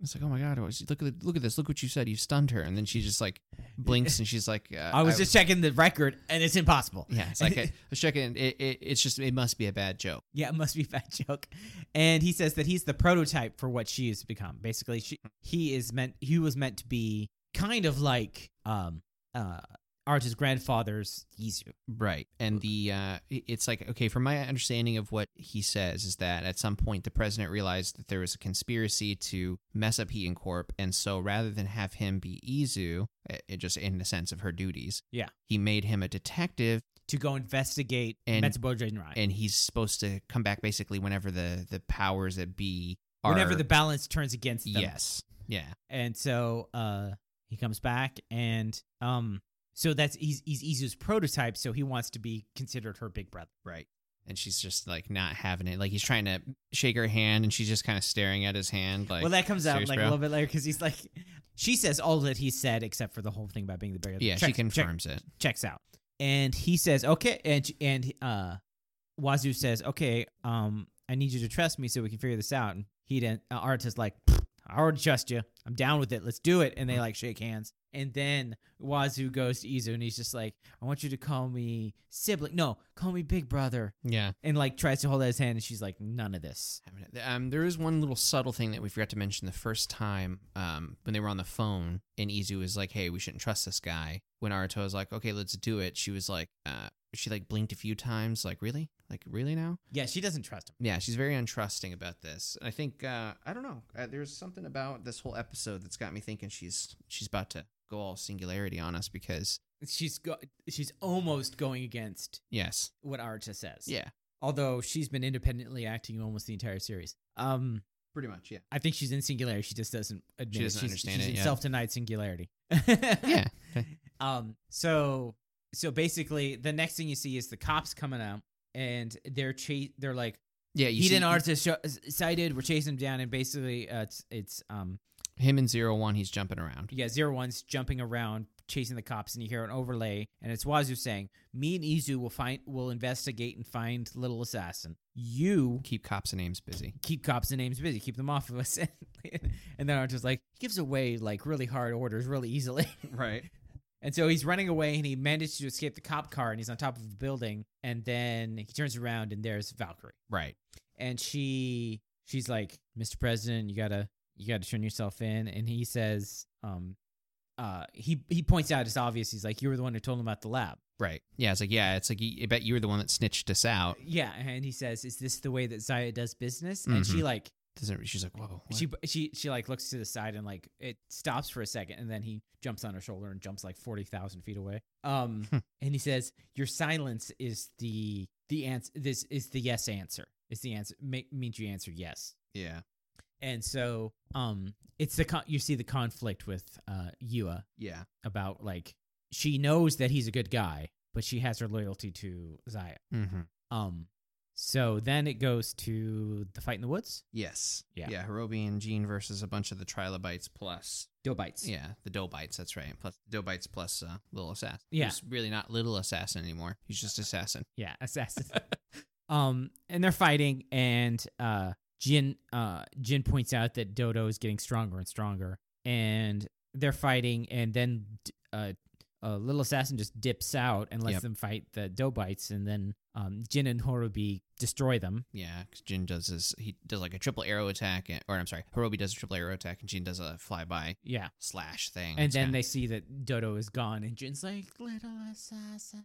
[SPEAKER 1] It's like, oh my god, oh, she- look at the- look at this, look what you said. You stunned her, and then she just like blinks, and she's like, uh,
[SPEAKER 2] I was just checking the record and it's impossible.
[SPEAKER 1] yeah, it's like I I was checking. It, it, it's just it must be a bad joke.
[SPEAKER 2] Yeah, it must be a bad joke. And he says that he's the prototype for what she has become. Basically, she he is meant he was meant to be kind of like um uh Arch's grandfather's Yizu.
[SPEAKER 1] Right, and the uh, it- it's like okay, from my understanding of what he says is that at some point the president realized that there was a conspiracy to mess up Heaton Corp, and so rather than have him be Izu, uh, it just in the sense of her duties,
[SPEAKER 2] Yeah.
[SPEAKER 1] he made him a detective,
[SPEAKER 2] to go investigate
[SPEAKER 1] And-
[SPEAKER 2] Metsubo Jinrai.
[SPEAKER 1] and he's supposed to come back basically whenever the the powers that be are
[SPEAKER 2] whenever the balance turns against them.
[SPEAKER 1] yes, yeah.
[SPEAKER 2] And so uh he comes back and um so that's he's he's Izu's prototype, so he wants to be considered her big brother.
[SPEAKER 1] Right. And she's just like not having it. Like he's trying to shake her hand and she's just kind of staring at his hand like
[SPEAKER 2] well, that comes out
[SPEAKER 1] serious,
[SPEAKER 2] like a
[SPEAKER 1] bro?
[SPEAKER 2] little bit later because he's like, she says all that he said except for the whole thing about being the bigger.
[SPEAKER 1] Yeah, she
[SPEAKER 2] Checks- check-
[SPEAKER 1] confirms it.
[SPEAKER 2] checks out, and he says, okay, and she- and uh, Wazoo says, okay, um, I need you to trust me so we can figure this out. And he then uh, Arata's like, "Pfft, I already trust you. I'm down with it. Let's do it. And they like shake hands. And then Wazoo goes to Izu and he's just like, I want you to call me sibling. No, call me big brother.
[SPEAKER 1] Yeah.
[SPEAKER 2] And like tries to hold out his hand and she's like, none of this.
[SPEAKER 1] Having it. Um, there is one little subtle thing that we forgot to mention the first time um, when they were on the phone and Izu was like, hey, we shouldn't trust this guy. When Aruto was like, okay, let's do it, she was like, uh, she like blinked a few times, like, really? Like, really now?
[SPEAKER 2] Yeah, she doesn't trust him.
[SPEAKER 1] Yeah, she's very untrusting about this. And I think uh, I don't know. Uh, there's something about this whole episode that's got me thinking she's she's about to go all singularity on us because
[SPEAKER 2] She's go- she's almost going against
[SPEAKER 1] yes,
[SPEAKER 2] what Arata says.
[SPEAKER 1] yeah,
[SPEAKER 2] Although she's been independently acting almost the entire series. Um,
[SPEAKER 1] pretty much, yeah,
[SPEAKER 2] I think she's in singularity. She just doesn't admit.
[SPEAKER 1] doesn't
[SPEAKER 2] it. She's,
[SPEAKER 1] understand
[SPEAKER 2] she's
[SPEAKER 1] it,
[SPEAKER 2] in
[SPEAKER 1] yeah.
[SPEAKER 2] self-denied singularity.
[SPEAKER 1] yeah.
[SPEAKER 2] Um. So so basically, the next thing you see is the cops coming out, and they're chase. They're like,
[SPEAKER 1] Yeah, you
[SPEAKER 2] he
[SPEAKER 1] see
[SPEAKER 2] didn't artist show- cited. We're chasing him down, and basically, uh, it's, it's um,
[SPEAKER 1] him in zero one. He's jumping around.
[SPEAKER 2] yeah, zero one's jumping around chasing the cops, and you hear an overlay, and it's Wazoo saying, "Me and Izu will find, will investigate and find Little Assassin. You
[SPEAKER 1] Keep cops and names busy.
[SPEAKER 2] keep cops and names busy, keep them off of us." and then Archer's like, he gives away like really hard orders really easily.
[SPEAKER 1] Right.
[SPEAKER 2] And so he's running away and he managed to escape the cop car and he's on top of the building. And then he turns around and there's Valkyrie.
[SPEAKER 1] Right.
[SPEAKER 2] And she she's like, Mr. President, you gotta you gotta turn yourself in. And he says, um uh he he points out it's obvious. He's like, You were the one who told him about the lab.
[SPEAKER 1] Right. Yeah. It's like yeah. It's like y- I bet you were the one that snitched us out.
[SPEAKER 2] Yeah. And he says, Is this the way that Zaya does business? And she like
[SPEAKER 1] Doesn't she's like whoa. what?
[SPEAKER 2] she she she like looks to the side and like it stops for a second and then he jumps on her shoulder and jumps like 40,000 feet away. Um and he says your silence is the the answer this is the yes answer. Is the answer make, means you answer yes.
[SPEAKER 1] yeah.
[SPEAKER 2] And so um it's the con- you see the conflict with uh Yua
[SPEAKER 1] Yeah.
[SPEAKER 2] about like she knows that he's a good guy, but she has her loyalty to Zaya.
[SPEAKER 1] Mm-hmm.
[SPEAKER 2] Um so then it goes to the fight in the woods.
[SPEAKER 1] Yes.
[SPEAKER 2] Yeah.
[SPEAKER 1] Yeah. Hirobi and Jean versus a bunch of the trilobites plus
[SPEAKER 2] Dough bites.
[SPEAKER 1] yeah the Dobites. That's right. Plus Dobites plus uh, little assassin.
[SPEAKER 2] Yeah.
[SPEAKER 1] Who's really not little assassin anymore. He's just assassin.
[SPEAKER 2] Yeah, assassin. um, and they're fighting, and uh, Jin uh, Jin points out that Dodo is getting stronger and stronger, and they're fighting, and then d- uh, uh, little assassin just dips out and lets
[SPEAKER 1] Yep.
[SPEAKER 2] them fight the Dobites, and then um, Jin and Horobi destroy them.
[SPEAKER 1] Yeah, because Jin does his he does like a triple arrow attack, and, or I'm sorry, Hirobi does a triple arrow attack, and Jin does a flyby
[SPEAKER 2] Yeah,
[SPEAKER 1] slash thing.
[SPEAKER 2] and
[SPEAKER 1] It's
[SPEAKER 2] then
[SPEAKER 1] kinda-
[SPEAKER 2] they see that Dodo is gone, and Jin's like little assassin,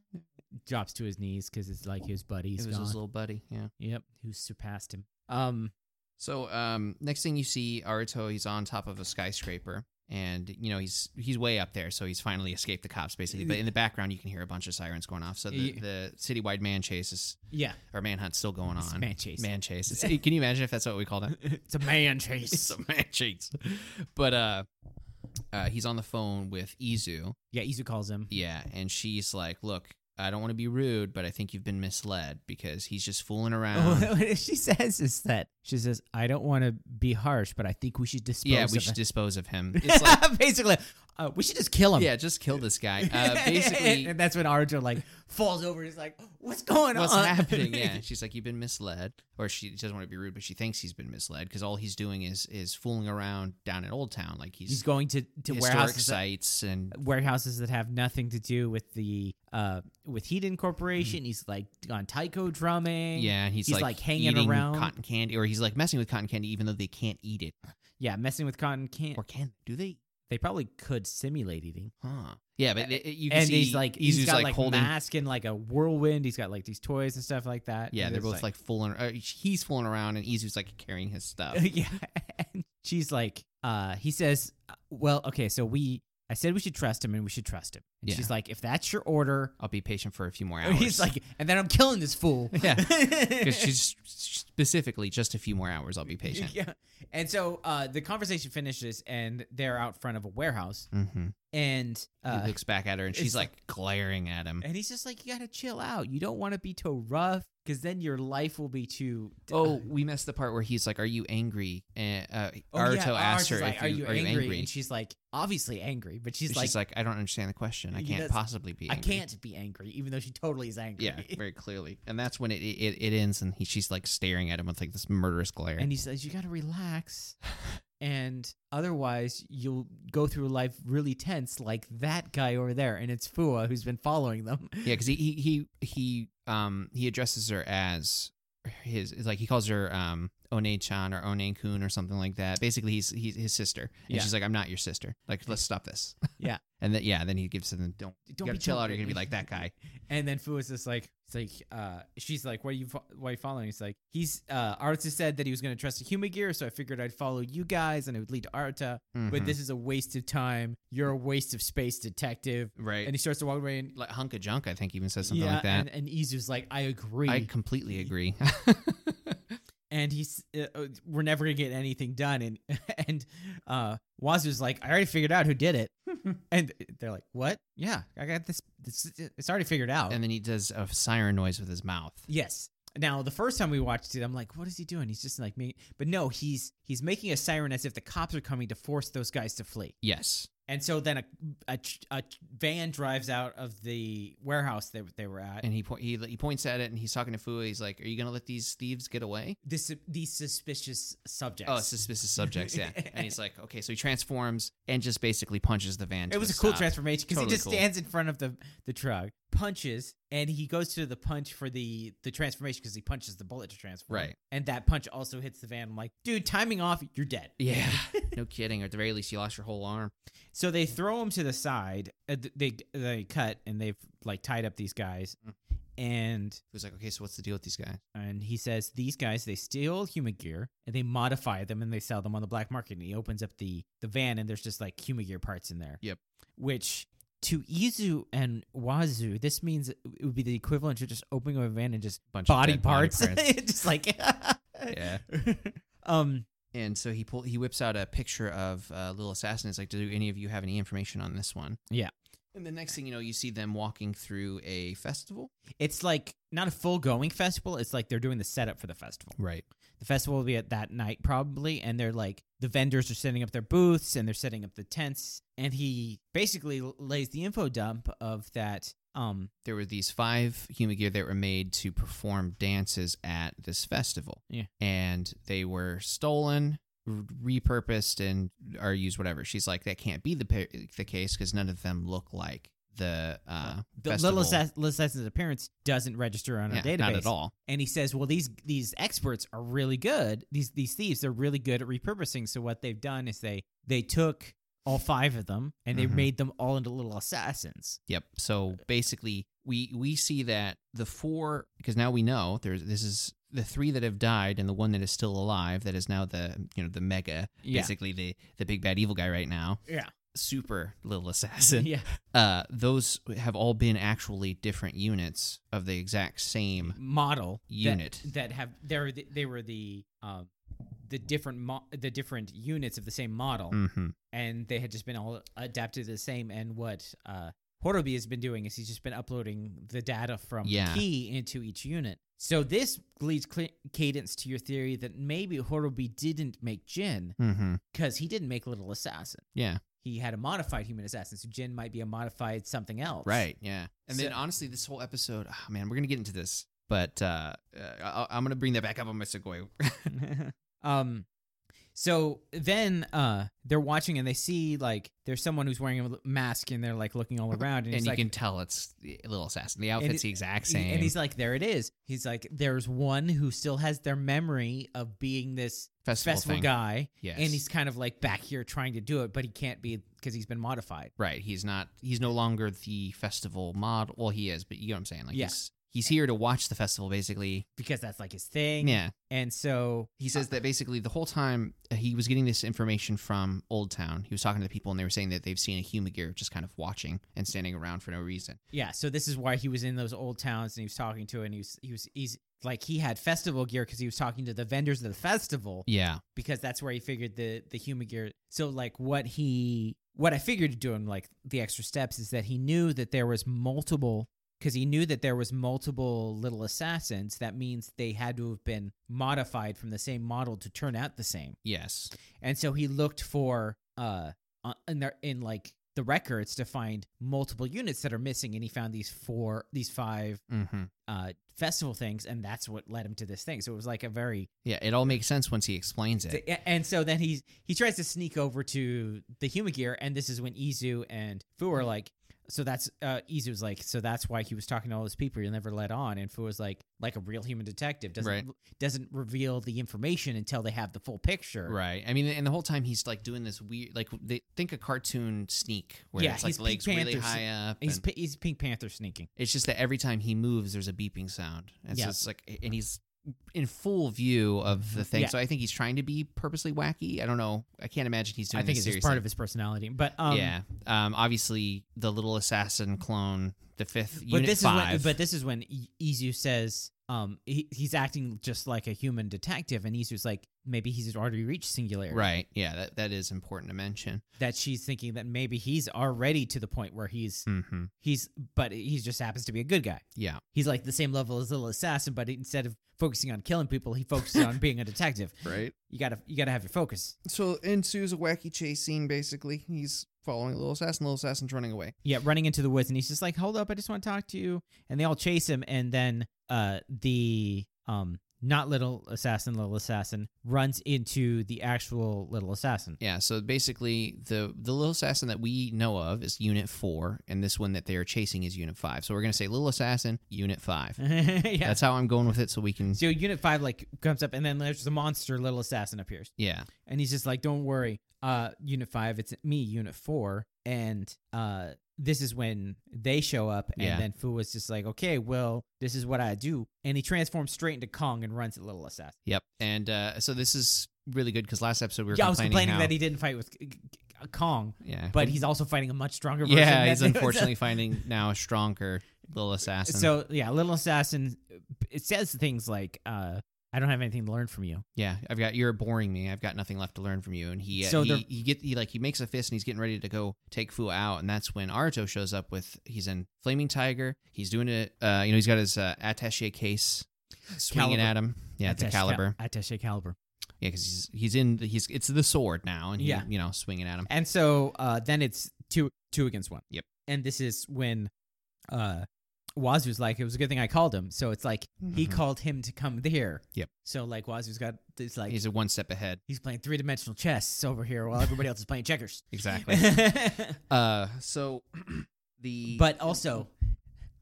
[SPEAKER 2] drops to his knees because it's like his buddy
[SPEAKER 1] it
[SPEAKER 2] has
[SPEAKER 1] was
[SPEAKER 2] gone.
[SPEAKER 1] his little buddy. Yeah.
[SPEAKER 2] yep, who surpassed him. Um,
[SPEAKER 1] So um, next thing you see, Aruto, he's on top of a skyscraper, and you know he's he's way up there, so he's finally escaped the cops basically. But in the background, you can hear a bunch of sirens going off. So the,
[SPEAKER 2] Yeah.
[SPEAKER 1] the citywide man chase is
[SPEAKER 2] yeah,
[SPEAKER 1] or manhunt's still going
[SPEAKER 2] it's
[SPEAKER 1] on.
[SPEAKER 2] man chase.
[SPEAKER 1] Man chase. It's- can you imagine if that's what we called it?
[SPEAKER 2] It's a man chase.
[SPEAKER 1] It's a man chase. But uh, uh, he's on the phone with Izu,
[SPEAKER 2] Yeah, Izu calls him.
[SPEAKER 1] Yeah, and she's like, "Look, I don't want to be rude, but I think you've been misled because he's just fooling
[SPEAKER 2] Oh,
[SPEAKER 1] around."
[SPEAKER 2] what she says is that she says, "I don't want to be harsh, but I think we should dispose
[SPEAKER 1] yeah, we
[SPEAKER 2] of
[SPEAKER 1] should
[SPEAKER 2] him."
[SPEAKER 1] dispose of him. It's like,
[SPEAKER 2] basically, uh, we should just kill him.
[SPEAKER 1] yeah, just kill this guy. Uh, basically,
[SPEAKER 2] and that's when Arjo like falls over. and is like, "What's going
[SPEAKER 1] what's
[SPEAKER 2] on?
[SPEAKER 1] happening? Yeah, she's like, "You've been misled," or she doesn't want to be rude, but she thinks he's been misled because all he's doing is is fooling around down in Old Town, like he's,
[SPEAKER 2] he's going to to
[SPEAKER 1] historic
[SPEAKER 2] warehouses that,
[SPEAKER 1] sites and
[SPEAKER 2] warehouses that have nothing to do with the uh with Heaton Corporation. He's like on taiko drumming.
[SPEAKER 1] Mm-hmm. yeah, and he's,
[SPEAKER 2] he's,
[SPEAKER 1] like,
[SPEAKER 2] like, hanging
[SPEAKER 1] eating
[SPEAKER 2] around.
[SPEAKER 1] cotton candy, or he's like messing with cotton candy even though they can't eat it,
[SPEAKER 2] yeah, messing with cotton can.
[SPEAKER 1] or can do they?
[SPEAKER 2] They probably could simulate eating.
[SPEAKER 1] Huh. Yeah, but it, it- you can
[SPEAKER 2] and
[SPEAKER 1] see
[SPEAKER 2] he's like he's
[SPEAKER 1] Izu's,
[SPEAKER 2] got like,
[SPEAKER 1] holding
[SPEAKER 2] mask and like a whirlwind. He's got like these toys and stuff like that.
[SPEAKER 1] Yeah,
[SPEAKER 2] And
[SPEAKER 1] they're
[SPEAKER 2] it's
[SPEAKER 1] both like, fooling. Uh, he's fooling around, and Izu's like carrying his stuff.
[SPEAKER 2] yeah. And she's like, uh, he says, uh, well, okay, so we, I said we should trust him, and we should trust him. And
[SPEAKER 1] Yeah.
[SPEAKER 2] she's like, if that's your order,
[SPEAKER 1] I'll be patient for a few more
[SPEAKER 2] And
[SPEAKER 1] hours.
[SPEAKER 2] he's like, and then I'm killing this fool.
[SPEAKER 1] Yeah. because she's specifically just a few more hours. I'll be patient.
[SPEAKER 2] yeah. And so uh, the conversation finishes, and they're out front of a warehouse,
[SPEAKER 1] hmm
[SPEAKER 2] and uh,
[SPEAKER 1] he looks back at her, and she's
[SPEAKER 2] it's
[SPEAKER 1] like glaring at him.
[SPEAKER 2] and he's just like, you gotta chill out. You don't want to be too rough, because then your life will be too.
[SPEAKER 1] Oh, we missed the part where he's like, "Are you angry?" And uh,
[SPEAKER 2] Oh,
[SPEAKER 1] Aruto
[SPEAKER 2] yeah, Aruto's
[SPEAKER 1] asks her,
[SPEAKER 2] like,
[SPEAKER 1] if
[SPEAKER 2] "Are you angry?" And she's like, "Obviously angry," but she's,
[SPEAKER 1] she's
[SPEAKER 2] like,
[SPEAKER 1] like, "I don't understand the question. I
[SPEAKER 2] He
[SPEAKER 1] can't
[SPEAKER 2] doesn't-
[SPEAKER 1] possibly be.
[SPEAKER 2] "I
[SPEAKER 1] Angry.
[SPEAKER 2] can't be angry," even though she totally is angry.
[SPEAKER 1] Yeah, very clearly. And that's when it it, it ends, and he, she's like staring at him with like this murderous glare.
[SPEAKER 2] and he says, "You got to relax, and otherwise you'll go through life really tense, like that guy over there." And it's Fua who's been following them.
[SPEAKER 1] Yeah, because he, he he he um he addresses her as his it's like he calls her um One Chan or One Kun or something like that. Basically, he's he's his sister, and
[SPEAKER 2] Yeah.
[SPEAKER 1] she's like, "I'm not your sister. Like, let's stop this."
[SPEAKER 2] Yeah.
[SPEAKER 1] and then yeah, then he gives them don't
[SPEAKER 2] Don't
[SPEAKER 1] gotta
[SPEAKER 2] be
[SPEAKER 1] chill
[SPEAKER 2] too-
[SPEAKER 1] out. Or you're gonna be like that guy.
[SPEAKER 2] And then Fua's just like, it's like, uh, she's like, "Why are you, fo- why are you following?" He's like, "He's uh, Arata said that he was going to trust a human gear, so I figured I'd follow you guys, and it would lead to Arata. But
[SPEAKER 1] Mhm.
[SPEAKER 2] this is a waste of time. You're a waste of space, detective."
[SPEAKER 1] right,
[SPEAKER 2] And he starts to walk away, and
[SPEAKER 1] like hunk of junk, I think even says something
[SPEAKER 2] yeah,
[SPEAKER 1] like that.
[SPEAKER 2] And, and Izu's like, "I agree."
[SPEAKER 1] I completely agree.
[SPEAKER 2] Oh. and he's uh, uh, we're never gonna get anything done and and uh wazu's like i already figured out who did it and they're like, "What? Yeah, I got this. this it's already figured out."
[SPEAKER 1] And then he does a siren noise with his mouth.
[SPEAKER 2] Yes. Now the first time we watched it, I'm like, "What is he doing? He's just like me." But no, he's he's making a siren as if the cops are coming to force those guys to flee.
[SPEAKER 1] Yes.
[SPEAKER 2] And so then a a, tr- a tr- van drives out of the warehouse that they were at.
[SPEAKER 1] And he po- he he points at it and he's talking to Fua. He's like, "Are you gonna let these thieves get away?"
[SPEAKER 2] This these suspicious subjects.
[SPEAKER 1] Oh, suspicious subjects. Yeah. and he's like, "Okay." So he transforms and just basically punches the van.
[SPEAKER 2] It was a cool transformation
[SPEAKER 1] transformation.
[SPEAKER 2] because
[SPEAKER 1] Totally
[SPEAKER 2] he just
[SPEAKER 1] cool.
[SPEAKER 2] stands in front of the the truck, punches, and he goes to the punch for the the transformation because he punches the bullet to transform.
[SPEAKER 1] Right.
[SPEAKER 2] And that punch also hits the van. I'm like, dude, timing off, you're dead.
[SPEAKER 1] Yeah. no kidding. Or at the very least, you lost your whole arm.
[SPEAKER 2] So they throw him to the side. Uh, th- they they cut and they've like tied up these guys,
[SPEAKER 1] Mm.
[SPEAKER 2] and
[SPEAKER 1] He was like, okay, so what's the deal with these guys?
[SPEAKER 2] and he says these guys they steal human gear and they modify them and they sell them on the black market and he opens up the the van and there's just like human gear parts in there
[SPEAKER 1] Yep.
[SPEAKER 2] which to izu and wazu this means it would be the equivalent to just opening up a van and just
[SPEAKER 1] Bunch
[SPEAKER 2] body
[SPEAKER 1] dead
[SPEAKER 2] parts, just like
[SPEAKER 1] yeah.
[SPEAKER 2] um
[SPEAKER 1] And so he pull he whips out a picture of uh, Little Assassin. He's like, do any of you have any information on this one?
[SPEAKER 2] Yeah.
[SPEAKER 1] And the next thing you know, you see them walking through a festival.
[SPEAKER 2] it's like not a full going festival it's like they're doing the setup for the festival
[SPEAKER 1] Right.
[SPEAKER 2] the festival will be at that night probably and they're like the vendors are setting up their booths and they're setting up the tents and he basically l- lays the info dump of that um
[SPEAKER 1] There were these five human gear that were made to perform dances at this festival.
[SPEAKER 2] Yeah.
[SPEAKER 1] And they were stolen, r- repurposed, and are used whatever. She's like, that can't be the pa- the case because none of them look like the uh,
[SPEAKER 2] the
[SPEAKER 1] festival.
[SPEAKER 2] little, Assass- little assassin's appearance doesn't register on our
[SPEAKER 1] Yeah,
[SPEAKER 2] database
[SPEAKER 1] not at all.
[SPEAKER 2] and he says well these these experts are really good these these thieves they're really good at repurposing so what they've done is they they took all five of them and they
[SPEAKER 1] Mhm.
[SPEAKER 2] made them all into little assassins
[SPEAKER 1] Yep. So basically, we we see that the four because now we know there's this is the three that have died and the one that is still alive that is now the you know the mega
[SPEAKER 2] Yeah.
[SPEAKER 1] basically the the big bad evil guy right now.
[SPEAKER 2] Yeah.
[SPEAKER 1] Super little assassin.
[SPEAKER 2] yeah
[SPEAKER 1] Uh, those have all been actually different units of the exact same
[SPEAKER 2] model that-
[SPEAKER 1] Unit.
[SPEAKER 2] that, have they're the, they were the um the different mo- the different units of the same model
[SPEAKER 1] Mhm.
[SPEAKER 2] and they had just been all adapted to the same and what uh Horobi has been doing is he's just been uploading the data from
[SPEAKER 1] Yeah.
[SPEAKER 2] key into each unit. So this leads cl- cadence to your theory that maybe Horobi didn't make Jin
[SPEAKER 1] Mhm.
[SPEAKER 2] because he didn't make Little Assassin.
[SPEAKER 1] Yeah.
[SPEAKER 2] He had a modified human assassin, so Jin might be a modified something else.
[SPEAKER 1] Right. Yeah. And then
[SPEAKER 2] So-
[SPEAKER 1] honestly, this whole episode, oh, man, we're gonna get into this, but uh, uh, I- I'm gonna bring that back up on my segue.
[SPEAKER 2] um so then uh they're watching and they see like there's someone who's wearing a l- mask and they're like looking all around and,
[SPEAKER 1] Uh-huh. and
[SPEAKER 2] he's
[SPEAKER 1] you
[SPEAKER 2] like
[SPEAKER 1] can tell it's the little assassin. The outfit's
[SPEAKER 2] it-
[SPEAKER 1] the exact
[SPEAKER 2] he-
[SPEAKER 1] same.
[SPEAKER 2] and he's like there it is he's like there's one who still has their memory of being this
[SPEAKER 1] festival,
[SPEAKER 2] festival
[SPEAKER 1] thing.
[SPEAKER 2] guy
[SPEAKER 1] Yes.
[SPEAKER 2] and he's kind of like back here trying to do it but he can't be because he's been modified
[SPEAKER 1] right. He's not. He's no longer the festival model. Well, he is, but you know what I'm saying. Like,
[SPEAKER 2] Yeah.
[SPEAKER 1] he's he's here to watch the festival, basically.
[SPEAKER 2] because that's like his thing
[SPEAKER 1] Yeah.
[SPEAKER 2] and so
[SPEAKER 1] He says that basically the whole time uh, he was getting this information from Old Town. He was talking to the people, and they were saying that they've seen a Humagear just kind of watching and standing around for no reason.
[SPEAKER 2] yeah so this is why he was in those old towns and he was talking to it and he was he was he's like he had festival gear because he was talking to the vendors of the festival
[SPEAKER 1] Yeah.
[SPEAKER 2] because that's where he figured the the human gear. So like what he what I figured doing like the extra steps is that he knew that there was multiple because he knew that there was multiple little assassins. That means they had to have been modified from the same model to turn out the same.
[SPEAKER 1] Yes.
[SPEAKER 2] And so he looked for uh on- in their in like the records to find multiple units that are missing, and he found these four these five
[SPEAKER 1] Mm-hmm.
[SPEAKER 2] uh festival things, and that's what led him to this thing. So it was like a very
[SPEAKER 1] Yeah. It all makes sense once he explains it.
[SPEAKER 2] Th- And so then he's he tries to sneak over to the human gear, and this is when Izu and Fu
[SPEAKER 1] Mm-hmm.
[SPEAKER 2] are like, so that's uh Izu's like, so that's why he was talking to all those people you never let on, and Fu was like, like a real human detective doesn't
[SPEAKER 1] Right.
[SPEAKER 2] doesn't reveal the information until they have the full picture.
[SPEAKER 1] Right. I mean, and the whole time he's like doing this weird, like they think a cartoon sneak where
[SPEAKER 2] Yeah,
[SPEAKER 1] it's like
[SPEAKER 2] he's Pink
[SPEAKER 1] legs really
[SPEAKER 2] Panther
[SPEAKER 1] high up.
[SPEAKER 2] He's
[SPEAKER 1] and-
[SPEAKER 2] P- he's Pink Panther sneaking.
[SPEAKER 1] It's just that every time he moves, there's a beeping sound. And so
[SPEAKER 2] Yeah.
[SPEAKER 1] it's like, and he's in full view of the thing.
[SPEAKER 2] Yeah.
[SPEAKER 1] So I think he's trying to be purposely wacky. I don't know. I can't imagine he's doing
[SPEAKER 2] I think it's
[SPEAKER 1] this
[SPEAKER 2] just
[SPEAKER 1] seriously.
[SPEAKER 2] part of his personality, but um,
[SPEAKER 1] yeah. Um, obviously, the little assassin clone, the fifth
[SPEAKER 2] But
[SPEAKER 1] unit
[SPEAKER 2] this
[SPEAKER 1] five.
[SPEAKER 2] is when but this is when I- Izu says um he, he's acting just like a human detective and he's just like maybe he's already reached singularity
[SPEAKER 1] Right. Yeah, that, that is important to mention.
[SPEAKER 2] that she's thinking that maybe he's already to the point where he's
[SPEAKER 1] hmm
[SPEAKER 2] he's but he just happens to be a good guy
[SPEAKER 1] Yeah.
[SPEAKER 2] he's like the same level as little assassin but instead of focusing on killing people he focuses on being a detective
[SPEAKER 1] Right.
[SPEAKER 2] you gotta you gotta have your focus
[SPEAKER 1] So ensues a wacky chase scene, basically. He's following a little assassin. Little assassin's running away.
[SPEAKER 2] yeah running into the woods and he's just like hold up i just want to talk to you and they all chase him and then uh the um not little assassin little assassin runs into the actual little assassin
[SPEAKER 1] Yeah, so basically the the little assassin that we know of is unit 4 and this one that they are chasing is unit 5. So we're going to say little assassin unit 5.
[SPEAKER 2] yeah
[SPEAKER 1] That's how I'm going with it so we can
[SPEAKER 2] so unit five like comes up and then there's the monster little assassin appears
[SPEAKER 1] Yeah.
[SPEAKER 2] and he's just like don't worry uh unit five it's me unit four and uh this is when they show up and
[SPEAKER 1] Yeah.
[SPEAKER 2] then fu was just like okay well this is what i do and he transforms straight into kong and runs at little assassin
[SPEAKER 1] Yep. And uh, so this is really good cuz last episode we were
[SPEAKER 2] yeah, I was
[SPEAKER 1] complaining,
[SPEAKER 2] complaining
[SPEAKER 1] how-
[SPEAKER 2] that he didn't fight with K- K- K- Kong,
[SPEAKER 1] Yeah.
[SPEAKER 2] but he's also fighting a much stronger version.
[SPEAKER 1] Yeah,
[SPEAKER 2] than-
[SPEAKER 1] he's unfortunately finding now a stronger little assassin.
[SPEAKER 2] So yeah, Little Assassin. It says things like, uh, "I don't have anything to learn from you."
[SPEAKER 1] yeah, I've got you're boring me. I've got nothing left to learn from you. And he uh,
[SPEAKER 2] So
[SPEAKER 1] he,
[SPEAKER 2] they're-
[SPEAKER 1] he get he like he makes a fist and he's getting ready to go take Fu out, and that's when Aruto shows up with he's in flaming tiger. He's doing it. Uh, you know, he's got his uh, attaché case swinging
[SPEAKER 2] Caliber.
[SPEAKER 1] at him. Yeah, the
[SPEAKER 2] Attaché
[SPEAKER 1] caliber.
[SPEAKER 2] Cal- attaché caliber.
[SPEAKER 1] yeah, because he's he's in the, he's it's the sword now, and he,
[SPEAKER 2] Yeah.
[SPEAKER 1] you know swinging at him.
[SPEAKER 2] And so uh, then it's two two against one.
[SPEAKER 1] Yep.
[SPEAKER 2] And this is when uh, Wazoo's like, "It was a good thing I called him." So it's like he
[SPEAKER 1] Mhm.
[SPEAKER 2] called him to come there.
[SPEAKER 1] Yep.
[SPEAKER 2] So like Wazoo's got it's like
[SPEAKER 1] he's a one step ahead.
[SPEAKER 2] he's playing three dimensional chess over here while everybody else is playing checkers.
[SPEAKER 1] Exactly. uh, so the
[SPEAKER 2] But also,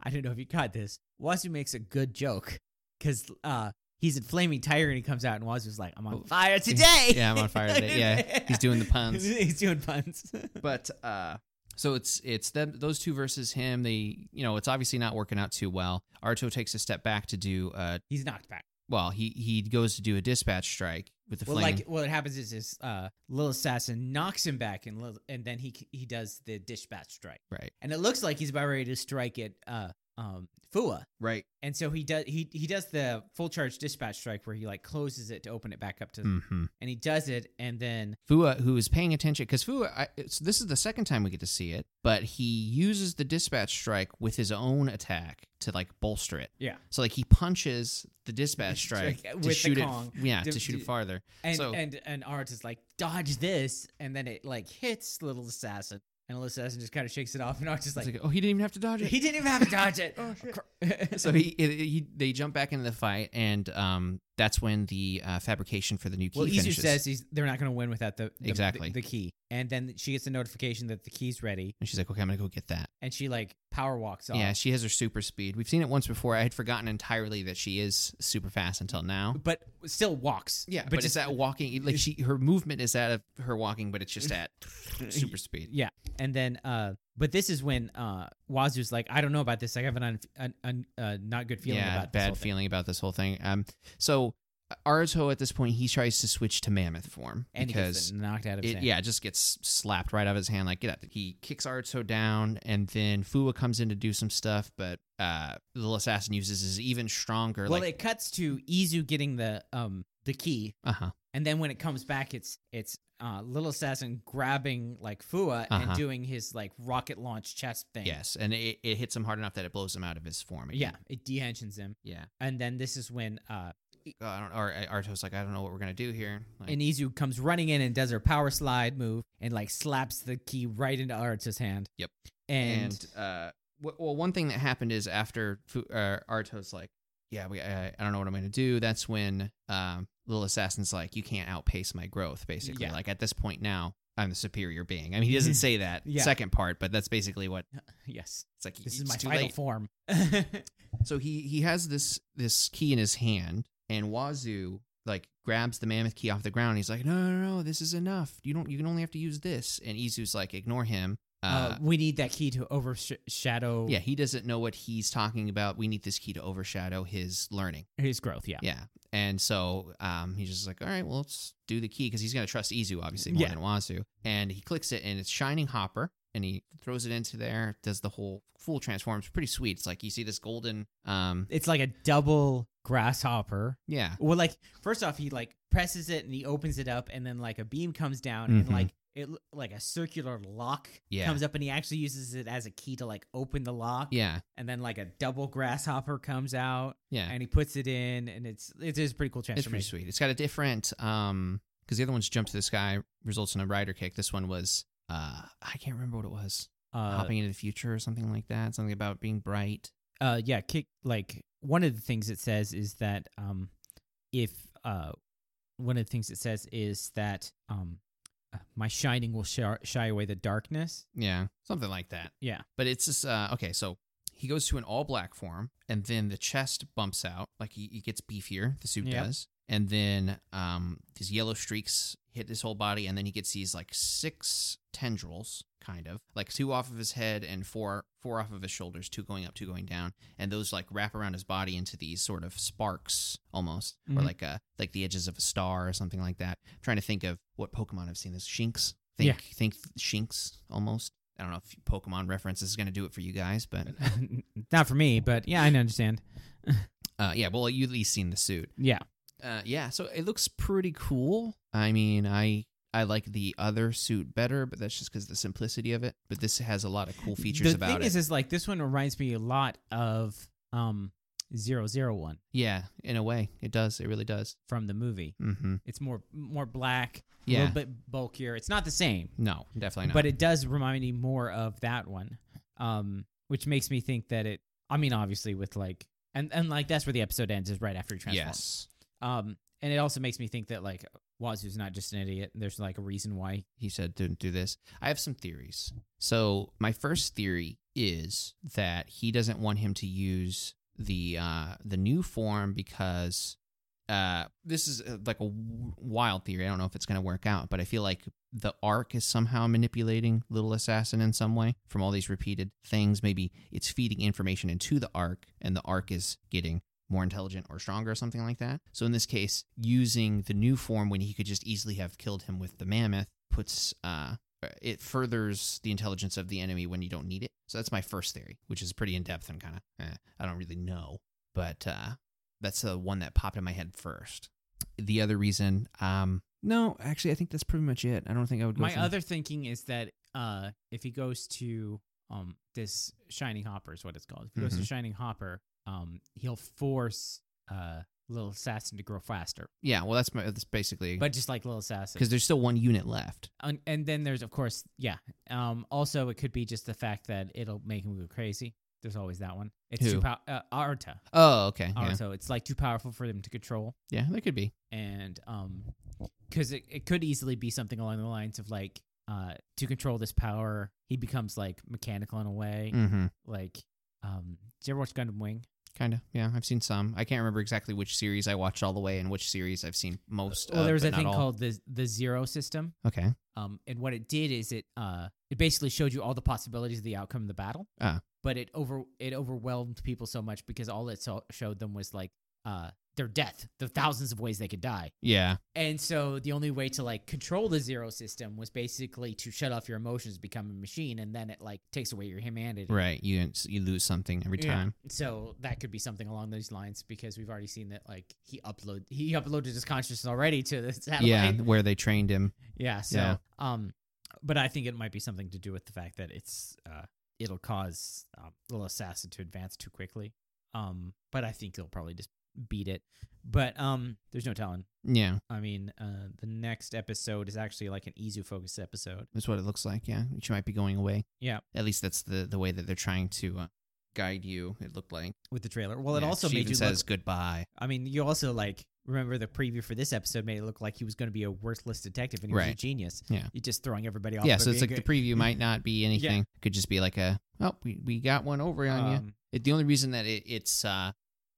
[SPEAKER 2] I don't know if you caught this. Wazoo makes a good joke because uh, he's in flaming tire and he comes out and Wazoo's like, "I'm on fire today."
[SPEAKER 1] Oh. yeah, I'm on fire today. Yeah, he's doing the puns.
[SPEAKER 2] he's doing puns.
[SPEAKER 1] but uh so it's it's them those two versus him they you know it's obviously not working out too well Arto takes a step back to do uh
[SPEAKER 2] he's knocked back.
[SPEAKER 1] well he he goes to do a dispatch strike with the
[SPEAKER 2] Well,
[SPEAKER 1] flame
[SPEAKER 2] like what happens is is uh, little assassin knocks him back and Lil- and then he he does the dispatch strike
[SPEAKER 1] right
[SPEAKER 2] and it looks like he's about ready to strike at uh, um, Fua.
[SPEAKER 1] right
[SPEAKER 2] And so he does he he does the full charge dispatch strike where he like closes it to open it back up to
[SPEAKER 1] mm-hmm.
[SPEAKER 2] and he does it and then
[SPEAKER 1] Fua uh, who is paying attention because Fua I, it's, this is the second time we get to see it but he uses the dispatch strike with his own attack to like bolster it
[SPEAKER 2] Yeah.
[SPEAKER 1] so like he punches the dispatch strike
[SPEAKER 2] Strike
[SPEAKER 1] to
[SPEAKER 2] with the
[SPEAKER 1] shoot
[SPEAKER 2] Kong.
[SPEAKER 1] it yeah
[SPEAKER 2] Do-
[SPEAKER 1] to shoot
[SPEAKER 2] do-
[SPEAKER 1] it farther
[SPEAKER 2] And
[SPEAKER 1] So-
[SPEAKER 2] and and Art is like, dodge this, and then it like hits Little Assassin, and Little Assassin just kind of shakes it off, and Art is
[SPEAKER 1] it's
[SPEAKER 2] like,
[SPEAKER 1] like oh he didn't even have to dodge it
[SPEAKER 2] he didn't even have to dodge it.
[SPEAKER 1] Oh, shit.
[SPEAKER 2] Cr-
[SPEAKER 1] so he, it- it- he they jump back into the fight, and um, that's when the uh, fabrication for the new key
[SPEAKER 2] well, Izu
[SPEAKER 1] finishes.
[SPEAKER 2] says he's they're not going to win without the, the
[SPEAKER 1] Exactly.
[SPEAKER 2] the, the key, and then she gets a notification that the key's ready,
[SPEAKER 1] and she's like, "Okay, I'm gonna go get that."
[SPEAKER 2] and she like power walks off.
[SPEAKER 1] Yeah, she has her super speed. We've seen it once before. I had forgotten entirely that she is super fast until now.
[SPEAKER 2] but still walks.
[SPEAKER 1] Yeah, but, it's
[SPEAKER 2] just-
[SPEAKER 1] that walking. Like she, her movement is that of her walking, but it's just at super speed.
[SPEAKER 2] Yeah, and then uh, but this is when uh, Wazoo's like, I don't know about this. I have an un, an un, uh, not good feeling
[SPEAKER 1] yeah,
[SPEAKER 2] about this whole
[SPEAKER 1] bad
[SPEAKER 2] thing."
[SPEAKER 1] feeling about this whole thing. Um, so Aruto at this point he tries to switch to mammoth form
[SPEAKER 2] and he
[SPEAKER 1] because
[SPEAKER 2] gets knocked out of his
[SPEAKER 1] it,
[SPEAKER 2] hand.
[SPEAKER 1] yeah, it just gets slapped right out of his hand. Like, get out. He kicks Arto down, and then Fua comes in to do some stuff, but uh, the little assassin uses his even stronger.
[SPEAKER 2] Well,
[SPEAKER 1] like,
[SPEAKER 2] it cuts to Izu getting the um the key,
[SPEAKER 1] uh huh.
[SPEAKER 2] and then when it comes back, it's it's uh, little assassin grabbing like Fua
[SPEAKER 1] Uh-huh.
[SPEAKER 2] and doing his like rocket launch chest thing.
[SPEAKER 1] Yes, and it, it hits him hard enough that it blows him out of his form.
[SPEAKER 2] yeah,
[SPEAKER 1] again.
[SPEAKER 2] it dehensions him,
[SPEAKER 1] yeah.
[SPEAKER 2] and then this is when uh
[SPEAKER 1] Uh, I don't. Or uh, Arto's like, I don't know what we're gonna do here. Like,
[SPEAKER 2] and Izu comes running in and does her power slide move and like slaps the key right into Arut's hand.
[SPEAKER 1] Yep.
[SPEAKER 2] and,
[SPEAKER 1] and uh, w- well, one thing that happened is after Fu- uh, Arto's like, yeah, we, I, I don't know what I'm gonna do. That's when um, little assassin's like, you can't outpace my growth. Basically,
[SPEAKER 2] Yeah.
[SPEAKER 1] like at this point now, I'm the superior being. I mean, he doesn't say that
[SPEAKER 2] Yeah.
[SPEAKER 1] second part, but that's basically what
[SPEAKER 2] yes,
[SPEAKER 1] it's like.
[SPEAKER 2] this is
[SPEAKER 1] it's
[SPEAKER 2] my
[SPEAKER 1] too
[SPEAKER 2] final
[SPEAKER 1] late.
[SPEAKER 2] form. Uh,
[SPEAKER 1] So he he has this this key in his hand, and Wazoo like grabs the mammoth key off the ground. And he's like, no, no, no, this is enough. You don't. You can only have to use this. And Izu's like, ignore him.
[SPEAKER 2] uh, we need that key to overshadow
[SPEAKER 1] Yeah, he doesn't know what he's talking about. We need this key to overshadow his learning.
[SPEAKER 2] his growth. Yeah,
[SPEAKER 1] Yeah. And so um, he's just like, all right, well, let's do the key because he's going to trust Izu, obviously, more
[SPEAKER 2] Yeah.
[SPEAKER 1] than Wazu. And he clicks it and it's Shining Hopper. and he throws it into there, does the whole full transform. It's pretty sweet. It's like you see this golden, um,
[SPEAKER 2] It's like a double grasshopper.
[SPEAKER 1] yeah,
[SPEAKER 2] Well, like first off, he like presses it and he opens it up, and then like a beam comes down and
[SPEAKER 1] Mhm.
[SPEAKER 2] like it l- like a circular lock
[SPEAKER 1] Yeah.
[SPEAKER 2] comes up, and he actually uses it as a key to like open the lock,
[SPEAKER 1] yeah,
[SPEAKER 2] and then like a double grasshopper comes out,
[SPEAKER 1] yeah.
[SPEAKER 2] and he puts it in, and it's it is a pretty cool
[SPEAKER 1] It's
[SPEAKER 2] transformation.
[SPEAKER 1] pretty sweet. It's got a different, um, because the other one's jump to the sky results in a rider kick. This one was, uh, I can't remember what it was.
[SPEAKER 2] Uh,
[SPEAKER 1] Hopping into the future or something like that. Something about being bright.
[SPEAKER 2] uh, yeah, kick like one of the things it says is that um, if uh, one of the things it says is that um, uh, my shining will shy, shy away the darkness.
[SPEAKER 1] Yeah, something like that.
[SPEAKER 2] Yeah.
[SPEAKER 1] But it's just uh, okay. So he goes to an all black form, and then the chest bumps out, like he, he gets beefier. The suit
[SPEAKER 2] Yep.
[SPEAKER 1] does, and then um, these yellow streaks hit his whole body, and then he gets these like six tendrils, kind of like two off of his head and four four off of his shoulders, two going up, two going down, and those like wrap around his body into these sort of sparks almost, or
[SPEAKER 2] Mhm.
[SPEAKER 1] like uh like the edges of a star or something like that. I'm trying to think of what Pokemon I've seen this Shinx. Think
[SPEAKER 2] Yeah.
[SPEAKER 1] think Shinx almost. I don't know if Pokemon reference is going to do it for you guys, but
[SPEAKER 2] Not for me, but yeah, I understand.
[SPEAKER 1] uh, yeah, well, you at least seen the suit.
[SPEAKER 2] Yeah.
[SPEAKER 1] Uh, yeah, so it looks pretty cool. I mean, I I like the other suit better, but that's just because the simplicity of it. But this has a lot of cool features
[SPEAKER 2] the
[SPEAKER 1] about
[SPEAKER 2] thing
[SPEAKER 1] it.
[SPEAKER 2] is, is like this one reminds me a lot of um zero zero one
[SPEAKER 1] yeah, in a way, it does. It really does.
[SPEAKER 2] from the movie.
[SPEAKER 1] Mm-hmm.
[SPEAKER 2] It's more more black, a
[SPEAKER 1] Yeah,
[SPEAKER 2] little bit bulkier. It's not the same,
[SPEAKER 1] no, definitely not.
[SPEAKER 2] but it does remind me more of that one, um, which makes me think that it. I mean, obviously, with like and and like that's where the episode ends is right after he transforms.
[SPEAKER 1] yes,
[SPEAKER 2] Um, and it also makes me think that like Wazoo's not just an idiot. There's like a reason why.
[SPEAKER 1] he said didn't do this. I have some theories. So my first theory is that he doesn't want him to use the uh, the new form because uh, this is uh, like a w- wild theory. I don't know if it's going to work out, but I feel like the arc is somehow manipulating Little Assassin in some way from all these repeated things. Maybe it's feeding information into the arc, and the arc is getting more intelligent or stronger or something like that. So in this case, using the new form when he could just easily have killed him with the mammoth puts uh it furthers the intelligence of the enemy when you don't need it. So that's my first theory, which is pretty in depth and kind of eh, I don't really know, but uh that's the one that popped in my head first. The other reason, um no, actually I think that's pretty much it. I don't think I would go
[SPEAKER 2] My
[SPEAKER 1] for-
[SPEAKER 2] other thinking is that uh, if he goes to um, this Shining Hopper is what it's called. If he goes to
[SPEAKER 1] Mhm.
[SPEAKER 2] Shining Hopper, um, he'll force uh, Little Assassin to grow faster,
[SPEAKER 1] Yeah, well that's my that's basically
[SPEAKER 2] but just like Little Assassin.
[SPEAKER 1] cuz there's still one unit left.
[SPEAKER 2] and, and then there's of course, yeah. Um, also, it could be just the fact that it'll make him go crazy. There's always that one. It's
[SPEAKER 1] Who?
[SPEAKER 2] too pow- uh, Arta.
[SPEAKER 1] Oh, okay. Yeah.
[SPEAKER 2] Arta. It's like too powerful for them to control.
[SPEAKER 1] Yeah, that could be.
[SPEAKER 2] and um because it, it could easily be something along the lines of like uh to control this power he becomes like mechanical in a way
[SPEAKER 1] Mhm.
[SPEAKER 2] like um did you ever watch gundam wing
[SPEAKER 1] Kind of, yeah. I've seen some. I can't remember exactly which series I watched all the way and which series I've seen most.
[SPEAKER 2] well
[SPEAKER 1] of,
[SPEAKER 2] there was
[SPEAKER 1] uh, but
[SPEAKER 2] a
[SPEAKER 1] not
[SPEAKER 2] thing
[SPEAKER 1] all.
[SPEAKER 2] called the the zero system
[SPEAKER 1] Okay.
[SPEAKER 2] um and what it did is it uh it basically showed you all the possibilities of the outcome of the battle
[SPEAKER 1] Ah.
[SPEAKER 2] but it over it overwhelmed people so much because all it so- showed them was like uh their death the thousands of ways they could die
[SPEAKER 1] Yeah.
[SPEAKER 2] And so the only way to like control the zero system was basically to shut off your emotions, become a machine, and then it like takes away your humanity.
[SPEAKER 1] Right. You you lose something every
[SPEAKER 2] Yeah.
[SPEAKER 1] time.
[SPEAKER 2] So that could be something along those lines because we've already seen that like he upload he uploaded his consciousness already to the satellite.
[SPEAKER 1] Yeah,
[SPEAKER 2] Yeah.
[SPEAKER 1] where they trained him.
[SPEAKER 2] so
[SPEAKER 1] Yeah.
[SPEAKER 2] um but I think it might be something to do with the fact that it's uh it'll cause um, little assassin to advance too quickly. Um but I think he'll probably just beat it. But um there's no telling.
[SPEAKER 1] Yeah,
[SPEAKER 2] I mean, uh, the next episode is actually like an Izu focused episode.
[SPEAKER 1] that's what it looks like. Yeah, she might be going away.
[SPEAKER 2] Yeah.
[SPEAKER 1] At least that's the the way that they're trying to uh, guide you. It looked like.
[SPEAKER 2] with the trailer. Well, it
[SPEAKER 1] Yeah,
[SPEAKER 2] also
[SPEAKER 1] she
[SPEAKER 2] made
[SPEAKER 1] even
[SPEAKER 2] you
[SPEAKER 1] says
[SPEAKER 2] look.
[SPEAKER 1] goodbye.
[SPEAKER 2] I mean, you also like remember the preview for this episode made it look like he was going to be a worthless detective and he was a
[SPEAKER 1] Right.
[SPEAKER 2] genius.
[SPEAKER 1] Yeah.
[SPEAKER 2] you're just throwing everybody off.
[SPEAKER 1] Yeah,
[SPEAKER 2] by
[SPEAKER 1] so it's
[SPEAKER 2] being
[SPEAKER 1] like the
[SPEAKER 2] good.
[SPEAKER 1] preview might not be anything. Could just be like a oh we, we got one over on you.
[SPEAKER 2] Um,
[SPEAKER 1] It, the only reason that it, it's uh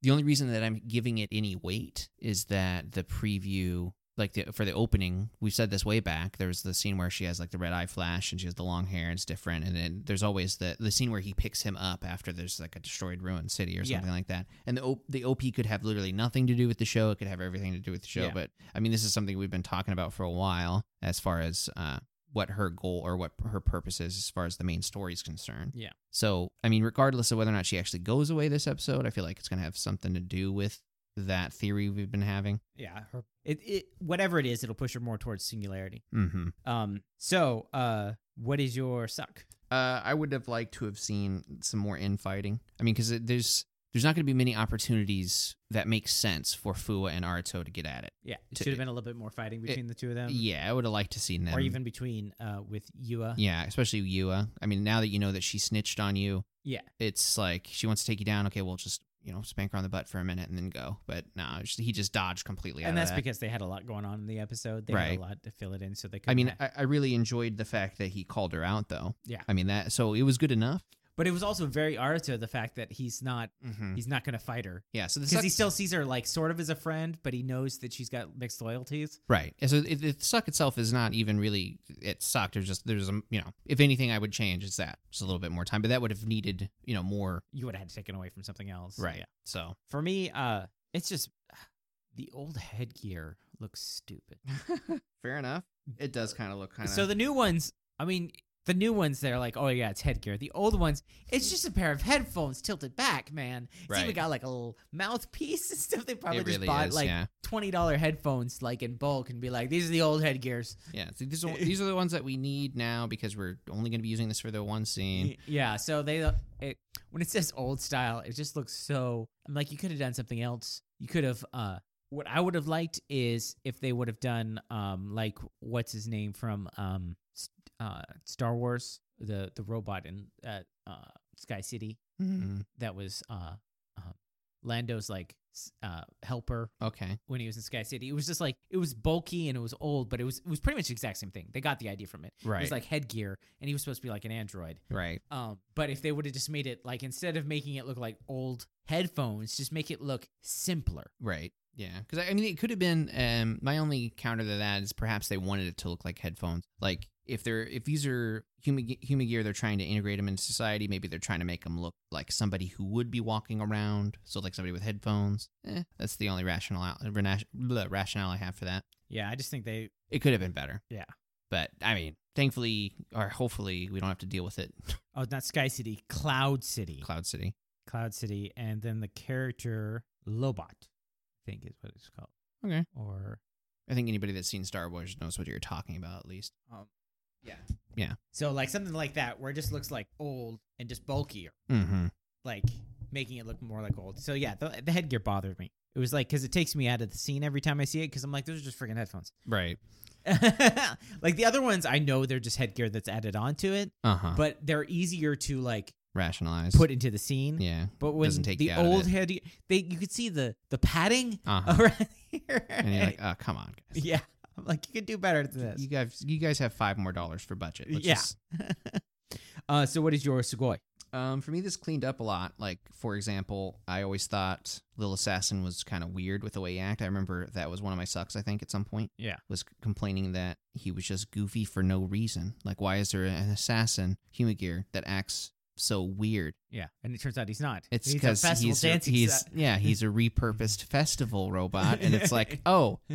[SPEAKER 1] the only reason that I'm giving it any weight is that the preview like the, for the opening, we've said this way back. There's the scene where she has like the red eye flash and she has the long hair and it's different. And then there's always the the scene where he picks him up after there's like a destroyed ruined city or
[SPEAKER 2] Yeah.
[SPEAKER 1] something like that. And the o- the OP could have literally nothing to do with the show. It could have everything to do with the show.
[SPEAKER 2] Yeah.
[SPEAKER 1] But I mean, this is something we've been talking about for a while as far as uh, what her goal or what her purpose is as far as the main story is concerned.
[SPEAKER 2] Yeah.
[SPEAKER 1] So, I mean, regardless of whether or not she actually goes away this episode, I feel like it's going to have something to do with that theory we've been having.
[SPEAKER 2] Yeah, her, it, it whatever it is, it'll push her more towards singularity.
[SPEAKER 1] Mm-hmm.
[SPEAKER 2] Um, so uh, what is your suck?
[SPEAKER 1] Uh, I would have liked to have seen some more infighting. I mean, because there's there's not going to be many opportunities that make sense for Fua and Aruto to get at it.
[SPEAKER 2] Yeah, it
[SPEAKER 1] To-
[SPEAKER 2] should have been a little bit more fighting between the two of them,
[SPEAKER 1] yeah, I would have liked to seen them,
[SPEAKER 2] Um, or even between uh, with Yua.
[SPEAKER 1] yeah, especially Yua. I mean, now that you know that she snitched on you,
[SPEAKER 2] Yeah.
[SPEAKER 1] it's like she wants to take you down. Okay, we'll just you know spank her on the butt for a minute and then go. But no, just- he just dodged completely. out
[SPEAKER 2] and
[SPEAKER 1] of
[SPEAKER 2] that's
[SPEAKER 1] that.
[SPEAKER 2] because they had a lot going on in the episode. They had
[SPEAKER 1] Right.
[SPEAKER 2] a lot to fill it in, so they. could
[SPEAKER 1] I mean, I, I really enjoyed the fact that he called her out, though.
[SPEAKER 2] Yeah.
[SPEAKER 1] I mean that, so it was good enough.
[SPEAKER 2] but it was also very Aruto the fact that he's not
[SPEAKER 1] Mm-hmm.
[SPEAKER 2] he's not going to fight her
[SPEAKER 1] Yeah, so the
[SPEAKER 2] because
[SPEAKER 1] suck,
[SPEAKER 2] he still sees her like sort of as a friend, but he knows that she's got mixed loyalties.
[SPEAKER 1] right. And So it, it, the suck itself is not even really it sucked. There's just there's a you know if anything I would change is that just a little bit more time, but that would have needed you know more
[SPEAKER 2] You would have had to take it away from something else,
[SPEAKER 1] right.
[SPEAKER 2] Yeah.
[SPEAKER 1] So
[SPEAKER 2] For me, uh, it's just the old headgear looks stupid.
[SPEAKER 1] fair enough. It does kind of look kind of
[SPEAKER 2] So the new ones, I mean, the new ones, they're like, oh yeah, it's headgear. The old ones, it's just a pair of headphones tilted back, man. It's
[SPEAKER 1] Right.
[SPEAKER 2] even got like a little mouthpiece and stuff. They probably
[SPEAKER 1] it
[SPEAKER 2] just
[SPEAKER 1] really
[SPEAKER 2] bought
[SPEAKER 1] is,
[SPEAKER 2] like
[SPEAKER 1] yeah.
[SPEAKER 2] twenty dollar headphones, like in bulk, and be like, these are the old headgears.
[SPEAKER 1] Yeah, so these are these are the ones that we need now because we're only going to be using this for the one scene.
[SPEAKER 2] Y- Yeah. So they, uh, it, when it says old style, it just looks so. I'm like, you could have done something else. You could have. uh What I would have liked is if they would have done, um, like what's his name from, um, S- uh, Star Wars, the the robot in uh, uh Sky City
[SPEAKER 1] Mhm.
[SPEAKER 2] that was uh, uh Lando's like s- uh helper
[SPEAKER 1] Okay,
[SPEAKER 2] when he was in Sky City. It was just like it was bulky and it was old, but it was it was pretty much the exact same thing. They got the idea from it. It
[SPEAKER 1] right,
[SPEAKER 2] was like headgear, and he was supposed to be like an android.
[SPEAKER 1] right,
[SPEAKER 2] Um, but if they would have just made it like instead of making it look like old headphones, just make it look simpler.
[SPEAKER 1] right. Yeah, because I, I mean, it could have been. Um, my only counter to that is perhaps they wanted it to look like headphones. Like if they're if these are human ge- human gear, they're trying to integrate them into society. Maybe they're trying to make them look like somebody who would be walking around. So like somebody with headphones. Eh, that's the only rationale rena- bleh, rationale I have for that.
[SPEAKER 2] Yeah, I just think they.
[SPEAKER 1] It could have been better.
[SPEAKER 2] Yeah.
[SPEAKER 1] but I mean, thankfully or hopefully, we don't have to deal with it.
[SPEAKER 2] Oh, not Sky City, Cloud City,
[SPEAKER 1] Cloud City.
[SPEAKER 2] Cloud City, and then the character Lobot, I think is what it's called.
[SPEAKER 1] Okay.
[SPEAKER 2] Or
[SPEAKER 1] I think anybody that's seen Star Wars knows what you're talking about, at least.
[SPEAKER 2] yeah,
[SPEAKER 1] Yeah.
[SPEAKER 2] So like something like that, where it just looks like old and just bulkier,
[SPEAKER 1] Mm-hmm.
[SPEAKER 2] like making it look more like old. So yeah, the, the headgear bothered me. It was like because it takes me out of the scene every time I see it because I'm like those are just freaking headphones.
[SPEAKER 1] Right.
[SPEAKER 2] like the other ones, I know they're just headgear that's added onto it,
[SPEAKER 1] Uh huh.
[SPEAKER 2] but they're easier to like
[SPEAKER 1] Rationalize.
[SPEAKER 2] put into the scene.
[SPEAKER 1] Yeah.
[SPEAKER 2] But when
[SPEAKER 1] Doesn't take
[SPEAKER 2] the
[SPEAKER 1] you out of
[SPEAKER 2] old
[SPEAKER 1] it.
[SPEAKER 2] headgear, they you could see the the padding
[SPEAKER 1] Uh huh.
[SPEAKER 2] around here.
[SPEAKER 1] And you're like, oh, come on, guys.
[SPEAKER 2] yeah, I'm like you could do better than
[SPEAKER 1] You
[SPEAKER 2] this.
[SPEAKER 1] guys, you guys have five more dollars for budget. Let's
[SPEAKER 2] Yeah.
[SPEAKER 1] just-
[SPEAKER 2] Uh, so what is your sugoi?
[SPEAKER 1] um, for me, this cleaned up a lot. Like, for example, I always thought Little Assassin was kind of weird with the way he acted. I remember that was one of my sucks. I think at some point.
[SPEAKER 2] Yeah.
[SPEAKER 1] Was complaining that he was just goofy for no reason. Like, why is there an assassin, human gear, that acts so weird?
[SPEAKER 2] Yeah, and it turns out he's not.
[SPEAKER 1] It's
[SPEAKER 2] He's a
[SPEAKER 1] because
[SPEAKER 2] festival
[SPEAKER 1] he's, a-
[SPEAKER 2] dancing
[SPEAKER 1] he's
[SPEAKER 2] set.
[SPEAKER 1] yeah he's a repurposed festival robot, and it's like oh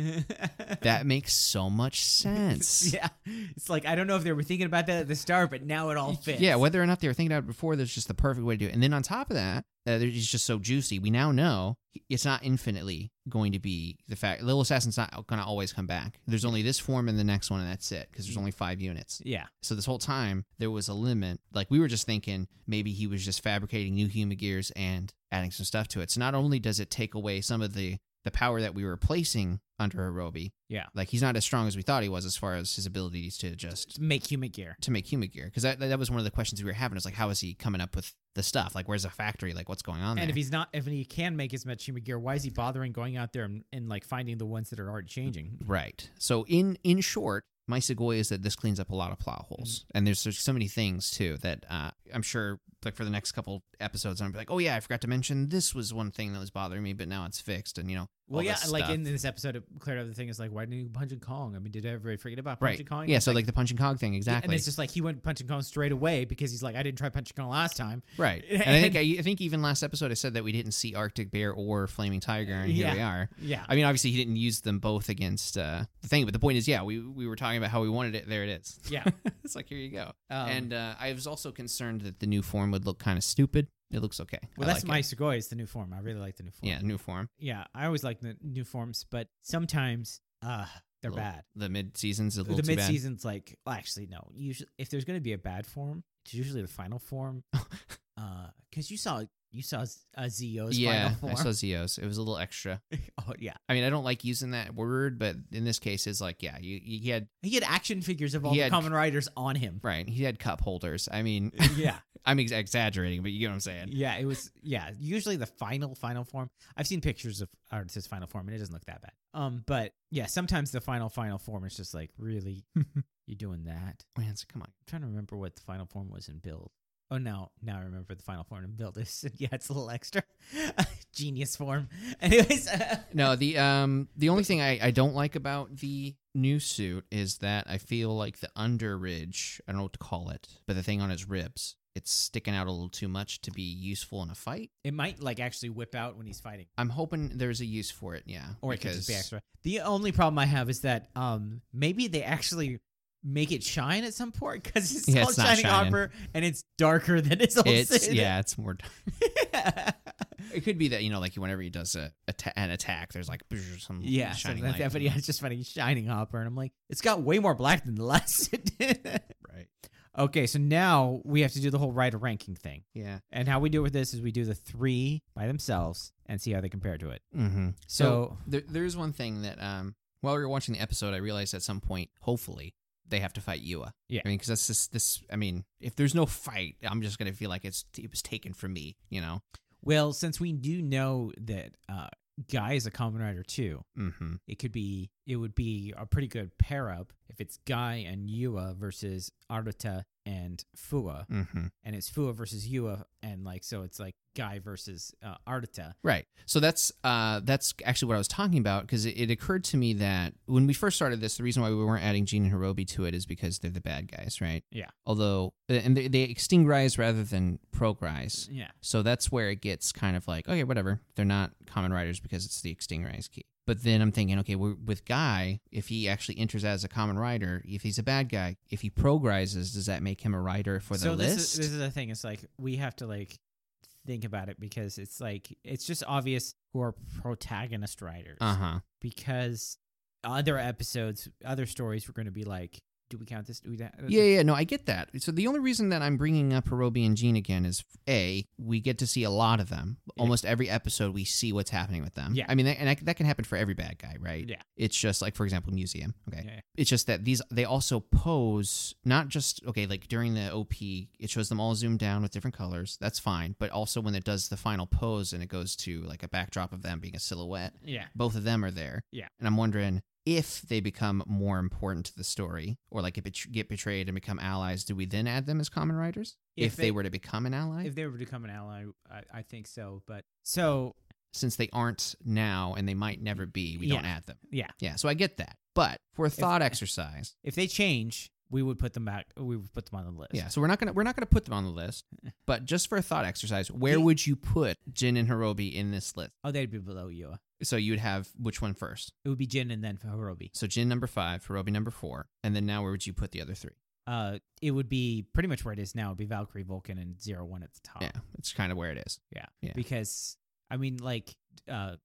[SPEAKER 1] that makes so much sense.
[SPEAKER 2] yeah, it's like I don't know if they were thinking about that at the start, but now it all fits.
[SPEAKER 1] Yeah, whether or not they were thinking about it before, that's just the perfect way to do it. And then on top of that, uh, there- it's just so juicy. We now know it's not infinitely going to be the fact. Little Assassin's not going to always come back. There's only this form and the next one, and that's it, because there's only five units.
[SPEAKER 2] yeah,
[SPEAKER 1] So this whole time there was a limit. Like we were just thinking maybe he was just fabricating new human gears and adding some stuff to it. So not only does it take away some of the the power that we were placing under Hirobi,
[SPEAKER 2] Yeah.
[SPEAKER 1] like he's not as strong as we thought he was as far as his abilities to just
[SPEAKER 2] make human gear.
[SPEAKER 1] to make human gear. Because that that was one of the questions we were having. Is like how is he coming up with the stuff? Like where's the factory? Like what's going on there?
[SPEAKER 2] And if he's not, if he can make as much human gear, why is he bothering going out there and, and like finding the ones that are already changing?
[SPEAKER 1] Right. So in in short,
[SPEAKER 2] Mm-hmm.
[SPEAKER 1] my segue is that this cleans up a lot of plot holes, and there's, there's so many things too that uh, I'm sure like for the next couple episodes, I'm like, oh yeah, I forgot to mention this was one thing that was bothering me, but now it's fixed, and you know,
[SPEAKER 2] Well,
[SPEAKER 1] all
[SPEAKER 2] yeah,
[SPEAKER 1] this
[SPEAKER 2] like
[SPEAKER 1] stuff.
[SPEAKER 2] in this episode, it cleared up the thing is like, why didn't you punch and Kong? I mean, did everybody forget about punch
[SPEAKER 1] right,
[SPEAKER 2] and Kong?
[SPEAKER 1] yeah.
[SPEAKER 2] It's
[SPEAKER 1] So like, the punch and cog thing,
[SPEAKER 2] yeah,
[SPEAKER 1] exactly,
[SPEAKER 2] and it's just like he went punch and Kong straight away because he's like, I didn't try punch and Kong last time.
[SPEAKER 1] right. And, I think I, I think even last episode I said that we didn't see Arctic Bear or Flaming Tiger, and here
[SPEAKER 2] Yeah.
[SPEAKER 1] we are.
[SPEAKER 2] Yeah,
[SPEAKER 1] I mean, obviously he didn't use them both against uh, the thing, but the point is, yeah, we we were talking about how we wanted it. There it is.
[SPEAKER 2] yeah,
[SPEAKER 1] it's like here you go.
[SPEAKER 2] Um,
[SPEAKER 1] and uh, I was also concerned that the new form would look kind of stupid. It looks okay.
[SPEAKER 2] Well,
[SPEAKER 1] I
[SPEAKER 2] that's
[SPEAKER 1] like
[SPEAKER 2] my
[SPEAKER 1] it.
[SPEAKER 2] Sugoi is the new form. I really like the new form.
[SPEAKER 1] yeah new form.
[SPEAKER 2] yeah. I always like the new forms, but sometimes uh they're
[SPEAKER 1] Little-
[SPEAKER 2] bad.
[SPEAKER 1] The mid seasons a little
[SPEAKER 2] The
[SPEAKER 1] too
[SPEAKER 2] mid
[SPEAKER 1] bad.
[SPEAKER 2] season's like well, actually no. Usually, if there's gonna be a bad form, it's usually the final form. Because you saw you saw Z- uh, Zio's
[SPEAKER 1] Yeah,
[SPEAKER 2] final form.
[SPEAKER 1] I saw Zeos. It was a little extra.
[SPEAKER 2] oh yeah,
[SPEAKER 1] I mean, I don't like using that word, but in this case, it's like, yeah, you, you he had
[SPEAKER 2] he had action figures of all
[SPEAKER 1] He
[SPEAKER 2] the
[SPEAKER 1] had-
[SPEAKER 2] common riders on him.
[SPEAKER 1] right. He had cup holders. I mean,
[SPEAKER 2] yeah,
[SPEAKER 1] I'm ex- exaggerating, but you get what I'm saying.
[SPEAKER 2] yeah. It was yeah. Usually the final final form. I've seen pictures of artist's final form, and it doesn't look that bad. Um, but yeah, sometimes the final final form is just like really you doing that.
[SPEAKER 1] Man, so come on.
[SPEAKER 2] I'm trying to remember what the final form was in build. Oh no, now I remember the final form in build is. Yeah, it's a little extra genius form. Anyways, uh,
[SPEAKER 1] No, the um the only thing I, I don't like about the new suit is that I feel like the under ridge, I don't know what to call it, but the thing on his ribs, it's sticking out a little too much to be useful in a fight.
[SPEAKER 2] it might like actually whip out when he's fighting,
[SPEAKER 1] I'm hoping there's a use for it, yeah.
[SPEAKER 2] or it could just be extra. The only problem I have is that um maybe they actually make it shine at some point because it's
[SPEAKER 1] Yeah,
[SPEAKER 2] all
[SPEAKER 1] it's not
[SPEAKER 2] shining,
[SPEAKER 1] shining.
[SPEAKER 2] copper and it's darker than it's all.
[SPEAKER 1] It's
[SPEAKER 2] sitting.
[SPEAKER 1] yeah, Mm-hmm. it's more. It could be that you know, like whenever he does a, atta an attack, there's like some
[SPEAKER 2] Yeah,
[SPEAKER 1] shining
[SPEAKER 2] something like
[SPEAKER 1] light.
[SPEAKER 2] that. But yeah, it's just funny, shining hopper, and I'm like, it's got way more black than the last it did.
[SPEAKER 1] right.
[SPEAKER 2] okay, so now we have to do the whole rider ranking thing.
[SPEAKER 1] Yeah.
[SPEAKER 2] And how we do with this is we do the three by themselves and see how they compare to it.
[SPEAKER 1] Mm-hmm.
[SPEAKER 2] So,
[SPEAKER 1] There, there is one thing that um, while we were watching the episode, I realized at some point, hopefully, they have to fight Yua.
[SPEAKER 2] Yeah.
[SPEAKER 1] I mean, because that's this, this. I mean, if there's no fight, I'm just gonna feel like it's it was taken from me. You know.
[SPEAKER 2] well, since we do know that uh, Guy is a common rider too,
[SPEAKER 1] Mm-hmm.
[SPEAKER 2] it could be it would be a pretty good pair up if it's Guy and Yua versus Aruta and Fua,
[SPEAKER 1] Mm-hmm.
[SPEAKER 2] and it's Fua versus Yua, and like so it's like Guy versus uh, Aruta.
[SPEAKER 1] Right. So that's uh, that's actually what I was talking about because it, it occurred to me that when we first started this, the reason why we weren't adding Gene and Hirobi to it is because they're the bad guys, right?
[SPEAKER 2] Yeah.
[SPEAKER 1] Although, and they, they extingrise rather than progrise.
[SPEAKER 2] Yeah,
[SPEAKER 1] So that's where it gets kind of like, okay, whatever. They're not common riders because it's the Extingraise key. But then I'm thinking, okay, we with Guy, if he actually enters as a common rider, if he's a bad guy, if he progrises, does that make him a rider for the
[SPEAKER 2] so
[SPEAKER 1] list?
[SPEAKER 2] This is, this is the thing. It's like we have to like think about it because it's like it's just obvious who are protagonist riders.
[SPEAKER 1] uh huh.
[SPEAKER 2] because other episodes, other stories were going to be like, do we count this? Do we that?
[SPEAKER 1] Yeah, yeah, no, I get that. So the only reason that I'm bringing up Hirobi and Jean again is a we get to see a lot of them.
[SPEAKER 2] Yeah.
[SPEAKER 1] Almost every episode, we see what's happening with them.
[SPEAKER 2] Yeah.
[SPEAKER 1] I mean, that, and that, that can happen for every bad guy, right?
[SPEAKER 2] Yeah.
[SPEAKER 1] It's just like, for example, Museum. Okay.
[SPEAKER 2] Yeah.
[SPEAKER 1] It's just that these they also pose not just okay like during the OP it shows them all zoomed down with different colors that's fine but also when it does the final pose and it goes to like a backdrop of them being a silhouette
[SPEAKER 2] Yeah.
[SPEAKER 1] both of them are there.
[SPEAKER 2] Yeah.
[SPEAKER 1] And I'm wondering if they become more important to the story, or like if it get betrayed and become allies, do we then add them as common riders? If, they, were to become an ally,
[SPEAKER 2] if they were to become an ally, I, I think so. But so
[SPEAKER 1] since they aren't now and they might never be, we don't
[SPEAKER 2] Yeah.
[SPEAKER 1] add them.
[SPEAKER 2] Yeah.
[SPEAKER 1] Yeah. So I get that. But for a thought exercise,
[SPEAKER 2] if they change, we would put them back. We would put them on the list.
[SPEAKER 1] yeah. So we're not gonna we're not gonna put them on the list, but just for a thought exercise, where
[SPEAKER 2] The-
[SPEAKER 1] would you put Jin and Hirobi in this list?
[SPEAKER 2] Oh, they'd be below Yua.
[SPEAKER 1] So you'd have which one first?
[SPEAKER 2] It would be Jin and then Hirobi.
[SPEAKER 1] So Jin number five, Hirobi number four, and then now where would you put the other three?
[SPEAKER 2] Uh, it would be pretty much where it is now. It'd be Valkyrie, Vulcan, and Zero One at the top.
[SPEAKER 1] Yeah, it's kind of where it is. Yeah.
[SPEAKER 2] Because I mean, like, uh.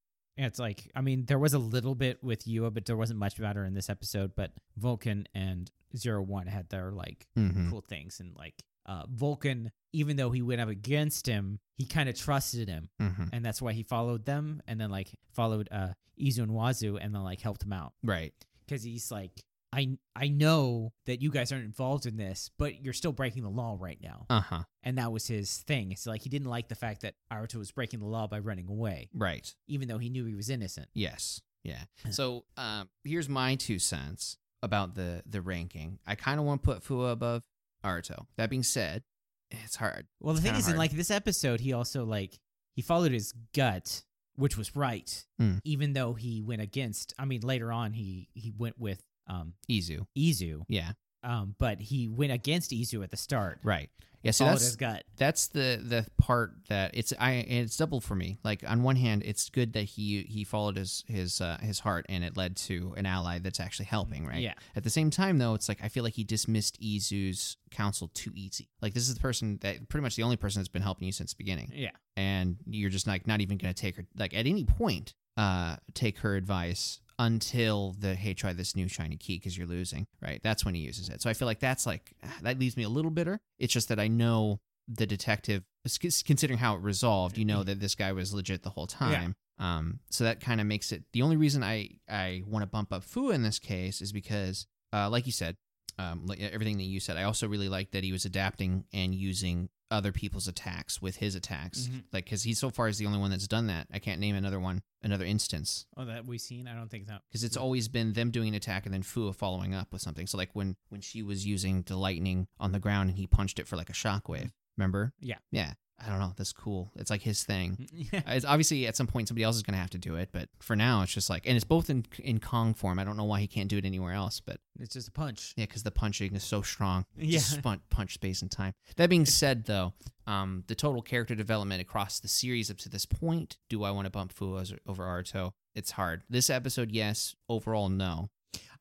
[SPEAKER 2] It's like I mean, there was a little bit with Yua, but there wasn't much about her in this episode. But Vulcan and Zero One had their like
[SPEAKER 1] Mm-hmm.
[SPEAKER 2] cool things and like uh Vulcan even though he went up against him he kind of trusted him
[SPEAKER 1] Mm-hmm.
[SPEAKER 2] and that's why he followed them and then like followed uh Izu and Wazu and then like helped him out
[SPEAKER 1] Right.
[SPEAKER 2] cuz he's like I I know that you guys aren't involved in this but you're still breaking the law right now
[SPEAKER 1] Uh huh.
[SPEAKER 2] and that was his thing it's like he didn't like the fact that Aruto was breaking the law by running away
[SPEAKER 1] Right.
[SPEAKER 2] even though he knew he was innocent
[SPEAKER 1] Yes. Yeah. So um, here's my two cents about the the ranking. I kind of want to put Fua above Aruto. That being said, It's hard.
[SPEAKER 2] Well, the thing
[SPEAKER 1] kinda
[SPEAKER 2] is, in
[SPEAKER 1] hard.
[SPEAKER 2] like this episode, he also like he followed his gut, which was right,
[SPEAKER 1] Mm.
[SPEAKER 2] even though he went against. I mean, later on, he he went with um
[SPEAKER 1] Izu.
[SPEAKER 2] Izu,
[SPEAKER 1] Yeah.
[SPEAKER 2] um, but he went against Izu at the start.
[SPEAKER 1] Right. Yeah. So
[SPEAKER 2] followed
[SPEAKER 1] Oh, that's
[SPEAKER 2] his Oh, gut.
[SPEAKER 1] that's the the part that it's I and it's double for me. Like on one hand, it's good that he he followed his his uh, his heart and it led to an ally that's actually helping, right?
[SPEAKER 2] Yeah.
[SPEAKER 1] At the same time, though, it's like I feel like he dismissed Izu's counsel too easy. Like this is the person that pretty much the only person that's been helping you since the beginning,
[SPEAKER 2] Yeah.
[SPEAKER 1] and you're just like not even going to take her like at any point uh take her advice until the hey try this new shiny key because you're losing right that's when he uses it so i feel like that's like that leaves me a little bitter it's just that i know the detective s- considering how it resolved you know that this guy was legit the whole time um so that kind of makes it the only reason i i want to bump up fu in this case is because uh like you said um, like everything that you said. I also really liked that he was adapting and using other people's attacks with his attacks,
[SPEAKER 2] Mhm.
[SPEAKER 1] like because he so far is the only one that's done that. I can't name another one, another instance,
[SPEAKER 2] Oh, that we've seen. I don't think that.
[SPEAKER 1] because it's always been them doing an attack and then Fua following up with something. So like when when she was using the lightning on the ground and he punched it for like a shockwave. Remember?
[SPEAKER 2] Yeah. Mm-hmm.
[SPEAKER 1] yeah. I don't know. That's cool. It's like his thing.
[SPEAKER 2] Yeah.
[SPEAKER 1] It's obviously at some point somebody else is gonna have to do it, but for now it's just like, and it's both in in Kong form. I don't know why he can't do it anywhere else, but
[SPEAKER 2] It's just a punch.
[SPEAKER 1] yeah, because the punching is so strong.
[SPEAKER 2] Yeah.
[SPEAKER 1] Just punch, punch space and time. That being said, though, um, the total character development across the series up to this point, do I want to bump Fu as- over Aruto? It's hard. This episode, yes. Overall, no.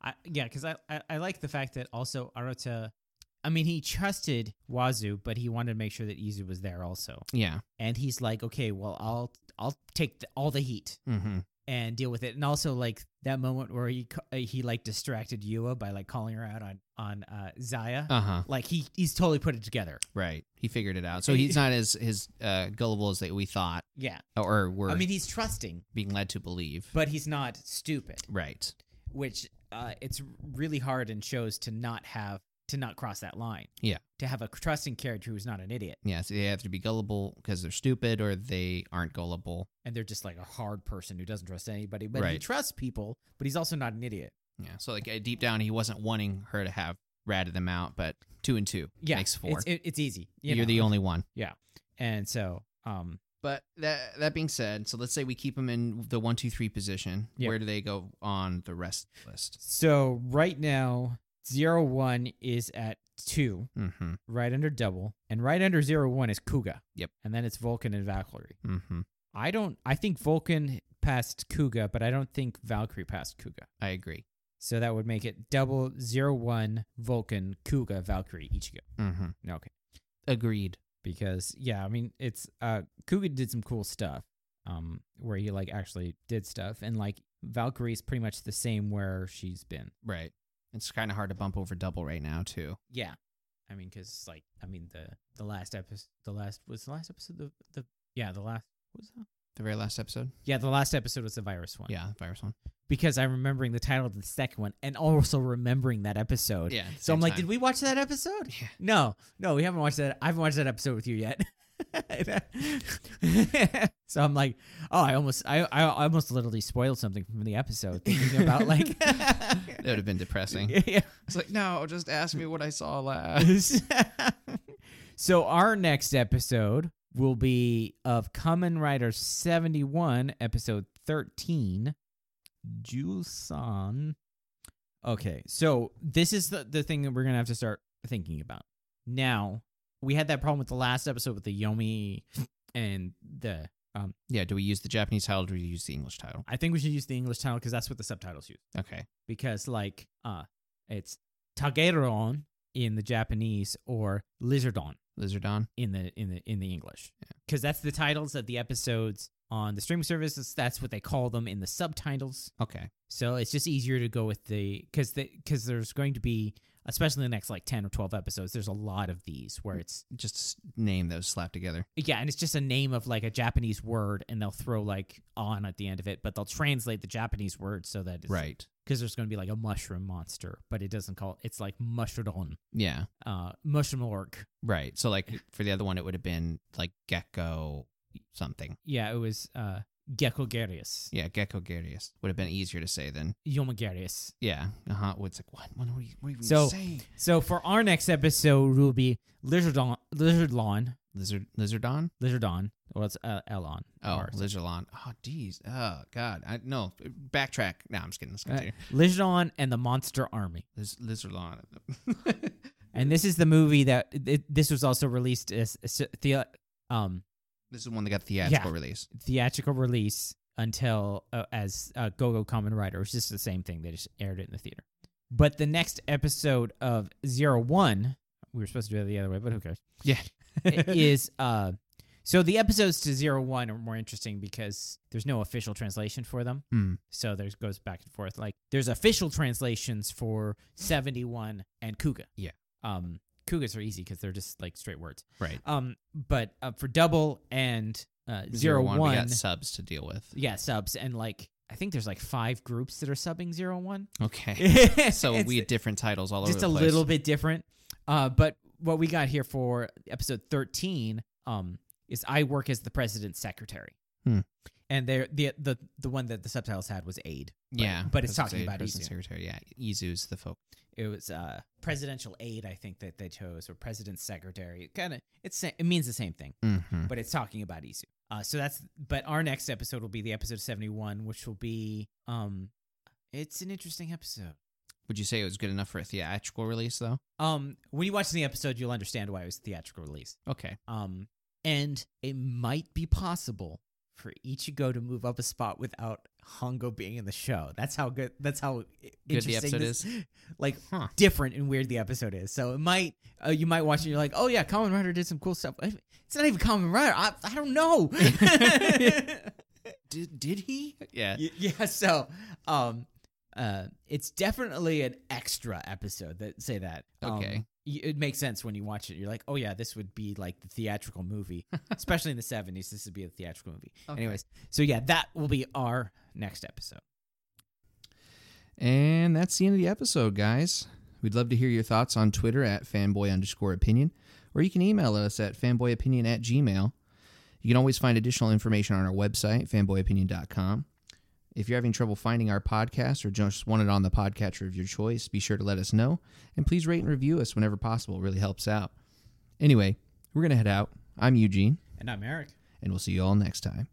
[SPEAKER 2] I, yeah, because I, I I like the fact that also Arata. I mean, he trusted Wazu, but he wanted to make sure that Izu was there also.
[SPEAKER 1] Yeah.
[SPEAKER 2] And he's like, okay, well, I'll I'll take the, all the heat.
[SPEAKER 1] Mm-hmm.
[SPEAKER 2] and deal with it. And also like that moment where he ca- uh, he like distracted Yua by like calling her out on on uh, Zaya.
[SPEAKER 1] Uh huh.
[SPEAKER 2] like he he's totally put it together.
[SPEAKER 1] Right. He figured it out. So he's not as as uh, gullible as that we thought
[SPEAKER 2] Yeah,
[SPEAKER 1] or were
[SPEAKER 2] I mean he's trusting,
[SPEAKER 1] being led to believe.
[SPEAKER 2] but he's not stupid.
[SPEAKER 1] Right.
[SPEAKER 2] Which uh, it's really hard in shows to not have to not cross that line.
[SPEAKER 1] Yeah.
[SPEAKER 2] to have a trusting character who's not an idiot
[SPEAKER 1] Yeah. So they have to be gullible because they're stupid or they aren't gullible.
[SPEAKER 2] and they're just like a hard person who doesn't trust anybody, but he
[SPEAKER 1] Right.
[SPEAKER 2] trusts people, but he's also not an idiot.
[SPEAKER 1] Yeah. So like uh, deep down, he wasn't wanting her to have ratted them out, but two and two
[SPEAKER 2] Yeah,
[SPEAKER 1] makes four.
[SPEAKER 2] It's, it, it's easy. You
[SPEAKER 1] You're
[SPEAKER 2] know?
[SPEAKER 1] the only one.
[SPEAKER 2] and so um
[SPEAKER 1] But that that being said, so let's say we keep them in the one, two, three position.
[SPEAKER 2] Yeah.
[SPEAKER 1] Where do they go on the rest of the list?
[SPEAKER 2] So right now, zero one is at two,
[SPEAKER 1] Mm-hmm.
[SPEAKER 2] right under double, and right under zero one is Kuga.
[SPEAKER 1] Yep.
[SPEAKER 2] And then it's Vulcan and Valkyrie.
[SPEAKER 1] Mm-hmm.
[SPEAKER 2] I don't. I think Vulcan passed Kuga, but I don't think Valkyrie passed Kuga.
[SPEAKER 1] I agree.
[SPEAKER 2] So that would make it double zero one Vulcan Kuga Valkyrie Ichigo.
[SPEAKER 1] Mm-hmm.
[SPEAKER 2] No, Okay.
[SPEAKER 1] Agreed.
[SPEAKER 2] Because yeah, I mean it's uh Kuga did some cool stuff. Um, where he like actually did stuff, and like Valkyrie's pretty much the same where she's been.
[SPEAKER 1] Right. It's kind of hard to bump over double right now too.
[SPEAKER 2] Yeah, I mean, because like, I mean the the last episode, the last was the last episode the the yeah the last what was that?
[SPEAKER 1] The very last episode.
[SPEAKER 2] yeah the last episode was the virus one.
[SPEAKER 1] Yeah, virus one.
[SPEAKER 2] because I'm remembering the title of the second one and also remembering that episode.
[SPEAKER 1] Yeah.
[SPEAKER 2] So I'm like, did we watch that episode?
[SPEAKER 1] Yeah.
[SPEAKER 2] No, no, we haven't watched that. I haven't watched that episode with you yet. so I'm like, oh, I almost, I, I almost literally spoiled something from the episode thinking about like,
[SPEAKER 1] That would have been depressing.
[SPEAKER 2] yeah,
[SPEAKER 1] It's like, no, just ask me what I saw last.
[SPEAKER 2] is. so our next episode will be of Kamen Rider 71, episode 13, Jusan. Okay, so this is the, the thing that we're going to have to start thinking about. Now, we had that problem with the last episode with the Yomi and the... Um,
[SPEAKER 1] Yeah. Do we use the Japanese title? Or do we use the English title?
[SPEAKER 2] I think we should use the English title because that's what the subtitles use.
[SPEAKER 1] Okay.
[SPEAKER 2] because like uh it's tageron in the Japanese or lizardon
[SPEAKER 1] Lizardon.
[SPEAKER 2] in the in the in the English because that's the titles of the episodes on the streaming services that's what they call them in the subtitles
[SPEAKER 1] Okay.
[SPEAKER 2] so it's just easier to go with the because the because there's going to be especially the next like 10 or 12 episodes there's a lot of these where it's
[SPEAKER 1] Just s- name those slapped together.
[SPEAKER 2] yeah and it's just a name of like a japanese word and they'll throw like on at the end of it but they'll translate the japanese word so that it's
[SPEAKER 1] Right.
[SPEAKER 2] because there's going to be like a mushroom monster, but it doesn't call it's like mushroom,
[SPEAKER 1] Yeah.
[SPEAKER 2] uh, mushroom orc.
[SPEAKER 1] Right. So like for the other one, it would have been like gecko something.
[SPEAKER 2] Yeah, it was uh, Gekogarius.
[SPEAKER 1] Yeah, Gecko Garius would have been easier to say than
[SPEAKER 2] Yomagarius.
[SPEAKER 1] yeah. Uh huh. It's like what? What are you? What are you
[SPEAKER 2] So-
[SPEAKER 1] saying?
[SPEAKER 2] So for our next episode, will be Lizardon, Lizardlon,
[SPEAKER 1] Lizard Lizardon.
[SPEAKER 2] Lizardon. Well, it's uh, Elon.
[SPEAKER 1] Oh,
[SPEAKER 2] Or-
[SPEAKER 1] Lizardlon. Oh, geez. Oh, God. I no. Backtrack. No, I'm just kidding. Let's
[SPEAKER 2] Uh,
[SPEAKER 1] continue.
[SPEAKER 2] Lizardon and the Monster Army.
[SPEAKER 1] Liz, Lizardlon.
[SPEAKER 2] And this is the movie that it, this was also released as, as the, um,
[SPEAKER 1] this is the one that got the theatrical
[SPEAKER 2] Yeah.
[SPEAKER 1] release.
[SPEAKER 2] theatrical release until uh, as uh, Go Go Common Rider, which is just the same thing. They just aired it in the theater. But the next episode of Zero One, we were supposed to do it the other way, but who cares?
[SPEAKER 1] Yeah.
[SPEAKER 2] is uh, so the episodes to Zero One are more interesting because there's no official translation for them.
[SPEAKER 1] Hmm.
[SPEAKER 2] So there's goes back and forth. Like there's official translations for seventy one and Kuga.
[SPEAKER 1] Yeah.
[SPEAKER 2] Um, Kugas are easy because they're just like straight words.
[SPEAKER 1] Right.
[SPEAKER 2] Um, but uh, for double and uh, zero one,
[SPEAKER 1] We got subs to deal with.
[SPEAKER 2] yeah, subs and like I think there's like five groups that are subbing zero one.
[SPEAKER 1] Okay. So
[SPEAKER 2] so
[SPEAKER 1] we had different titles all
[SPEAKER 2] just
[SPEAKER 1] over
[SPEAKER 2] a
[SPEAKER 1] the place.
[SPEAKER 2] little bit different. Uh, but what we got here for episode thirteen, um, is I work as the president's secretary.
[SPEAKER 1] Hmm.
[SPEAKER 2] And there, the the the one that the subtitles had was aid. but-
[SPEAKER 1] Yeah.
[SPEAKER 2] but it's
[SPEAKER 1] that's
[SPEAKER 2] talking
[SPEAKER 1] a
[SPEAKER 2] about
[SPEAKER 1] person
[SPEAKER 2] Izu.
[SPEAKER 1] secretary. Yeah. Izu's the folk.
[SPEAKER 2] It was uh, presidential aid, I think that they chose, or president's secretary. Kind of, it's sa- it means the same thing.
[SPEAKER 1] Mm-hmm.
[SPEAKER 2] but it's talking about Izu. Uh, so that's but our next episode will be the episode seventy one, which will be um, it's an interesting episode.
[SPEAKER 1] Would you say it was good enough for a theatrical release though?
[SPEAKER 2] Um, when you watch the episode, you'll understand why it was a theatrical release.
[SPEAKER 1] Okay.
[SPEAKER 2] Um, and it might be possible for Ichigo to move up a spot without Hongo being in the show. That's how good. That's how i-
[SPEAKER 1] the
[SPEAKER 2] interesting
[SPEAKER 1] episode
[SPEAKER 2] this, Like
[SPEAKER 1] Huh.
[SPEAKER 2] different and weird the episode is. So it might uh, you might watch it. And you're like, oh yeah, Common Rider did some cool stuff. It's not even Common Rider. I, I don't know.
[SPEAKER 1] Did did he? Yeah.
[SPEAKER 2] Y- yeah so um uh it's definitely an extra episode that say that Um,
[SPEAKER 1] Okay.
[SPEAKER 2] y- it makes sense when you watch it you're like oh yeah this would be like the theatrical movie especially in the 70s this would be a theatrical movie
[SPEAKER 1] Okay.
[SPEAKER 2] anyways so yeah that will be our next episode
[SPEAKER 1] And that's the end of the episode, guys. We'd love to hear your thoughts on Twitter at fanboy underscore opinion, or you can email us at fanboyopinion at gmail. You can always find additional information on our website, fanboyopinion.com. If you're having trouble finding our podcast or just want it on the podcatcher of your choice, be sure to let us know. And please rate and review us whenever possible. It really helps out. Anyway, we're going to head out. I'm Eugene,
[SPEAKER 2] and i'm eric
[SPEAKER 1] and we'll see you all next time.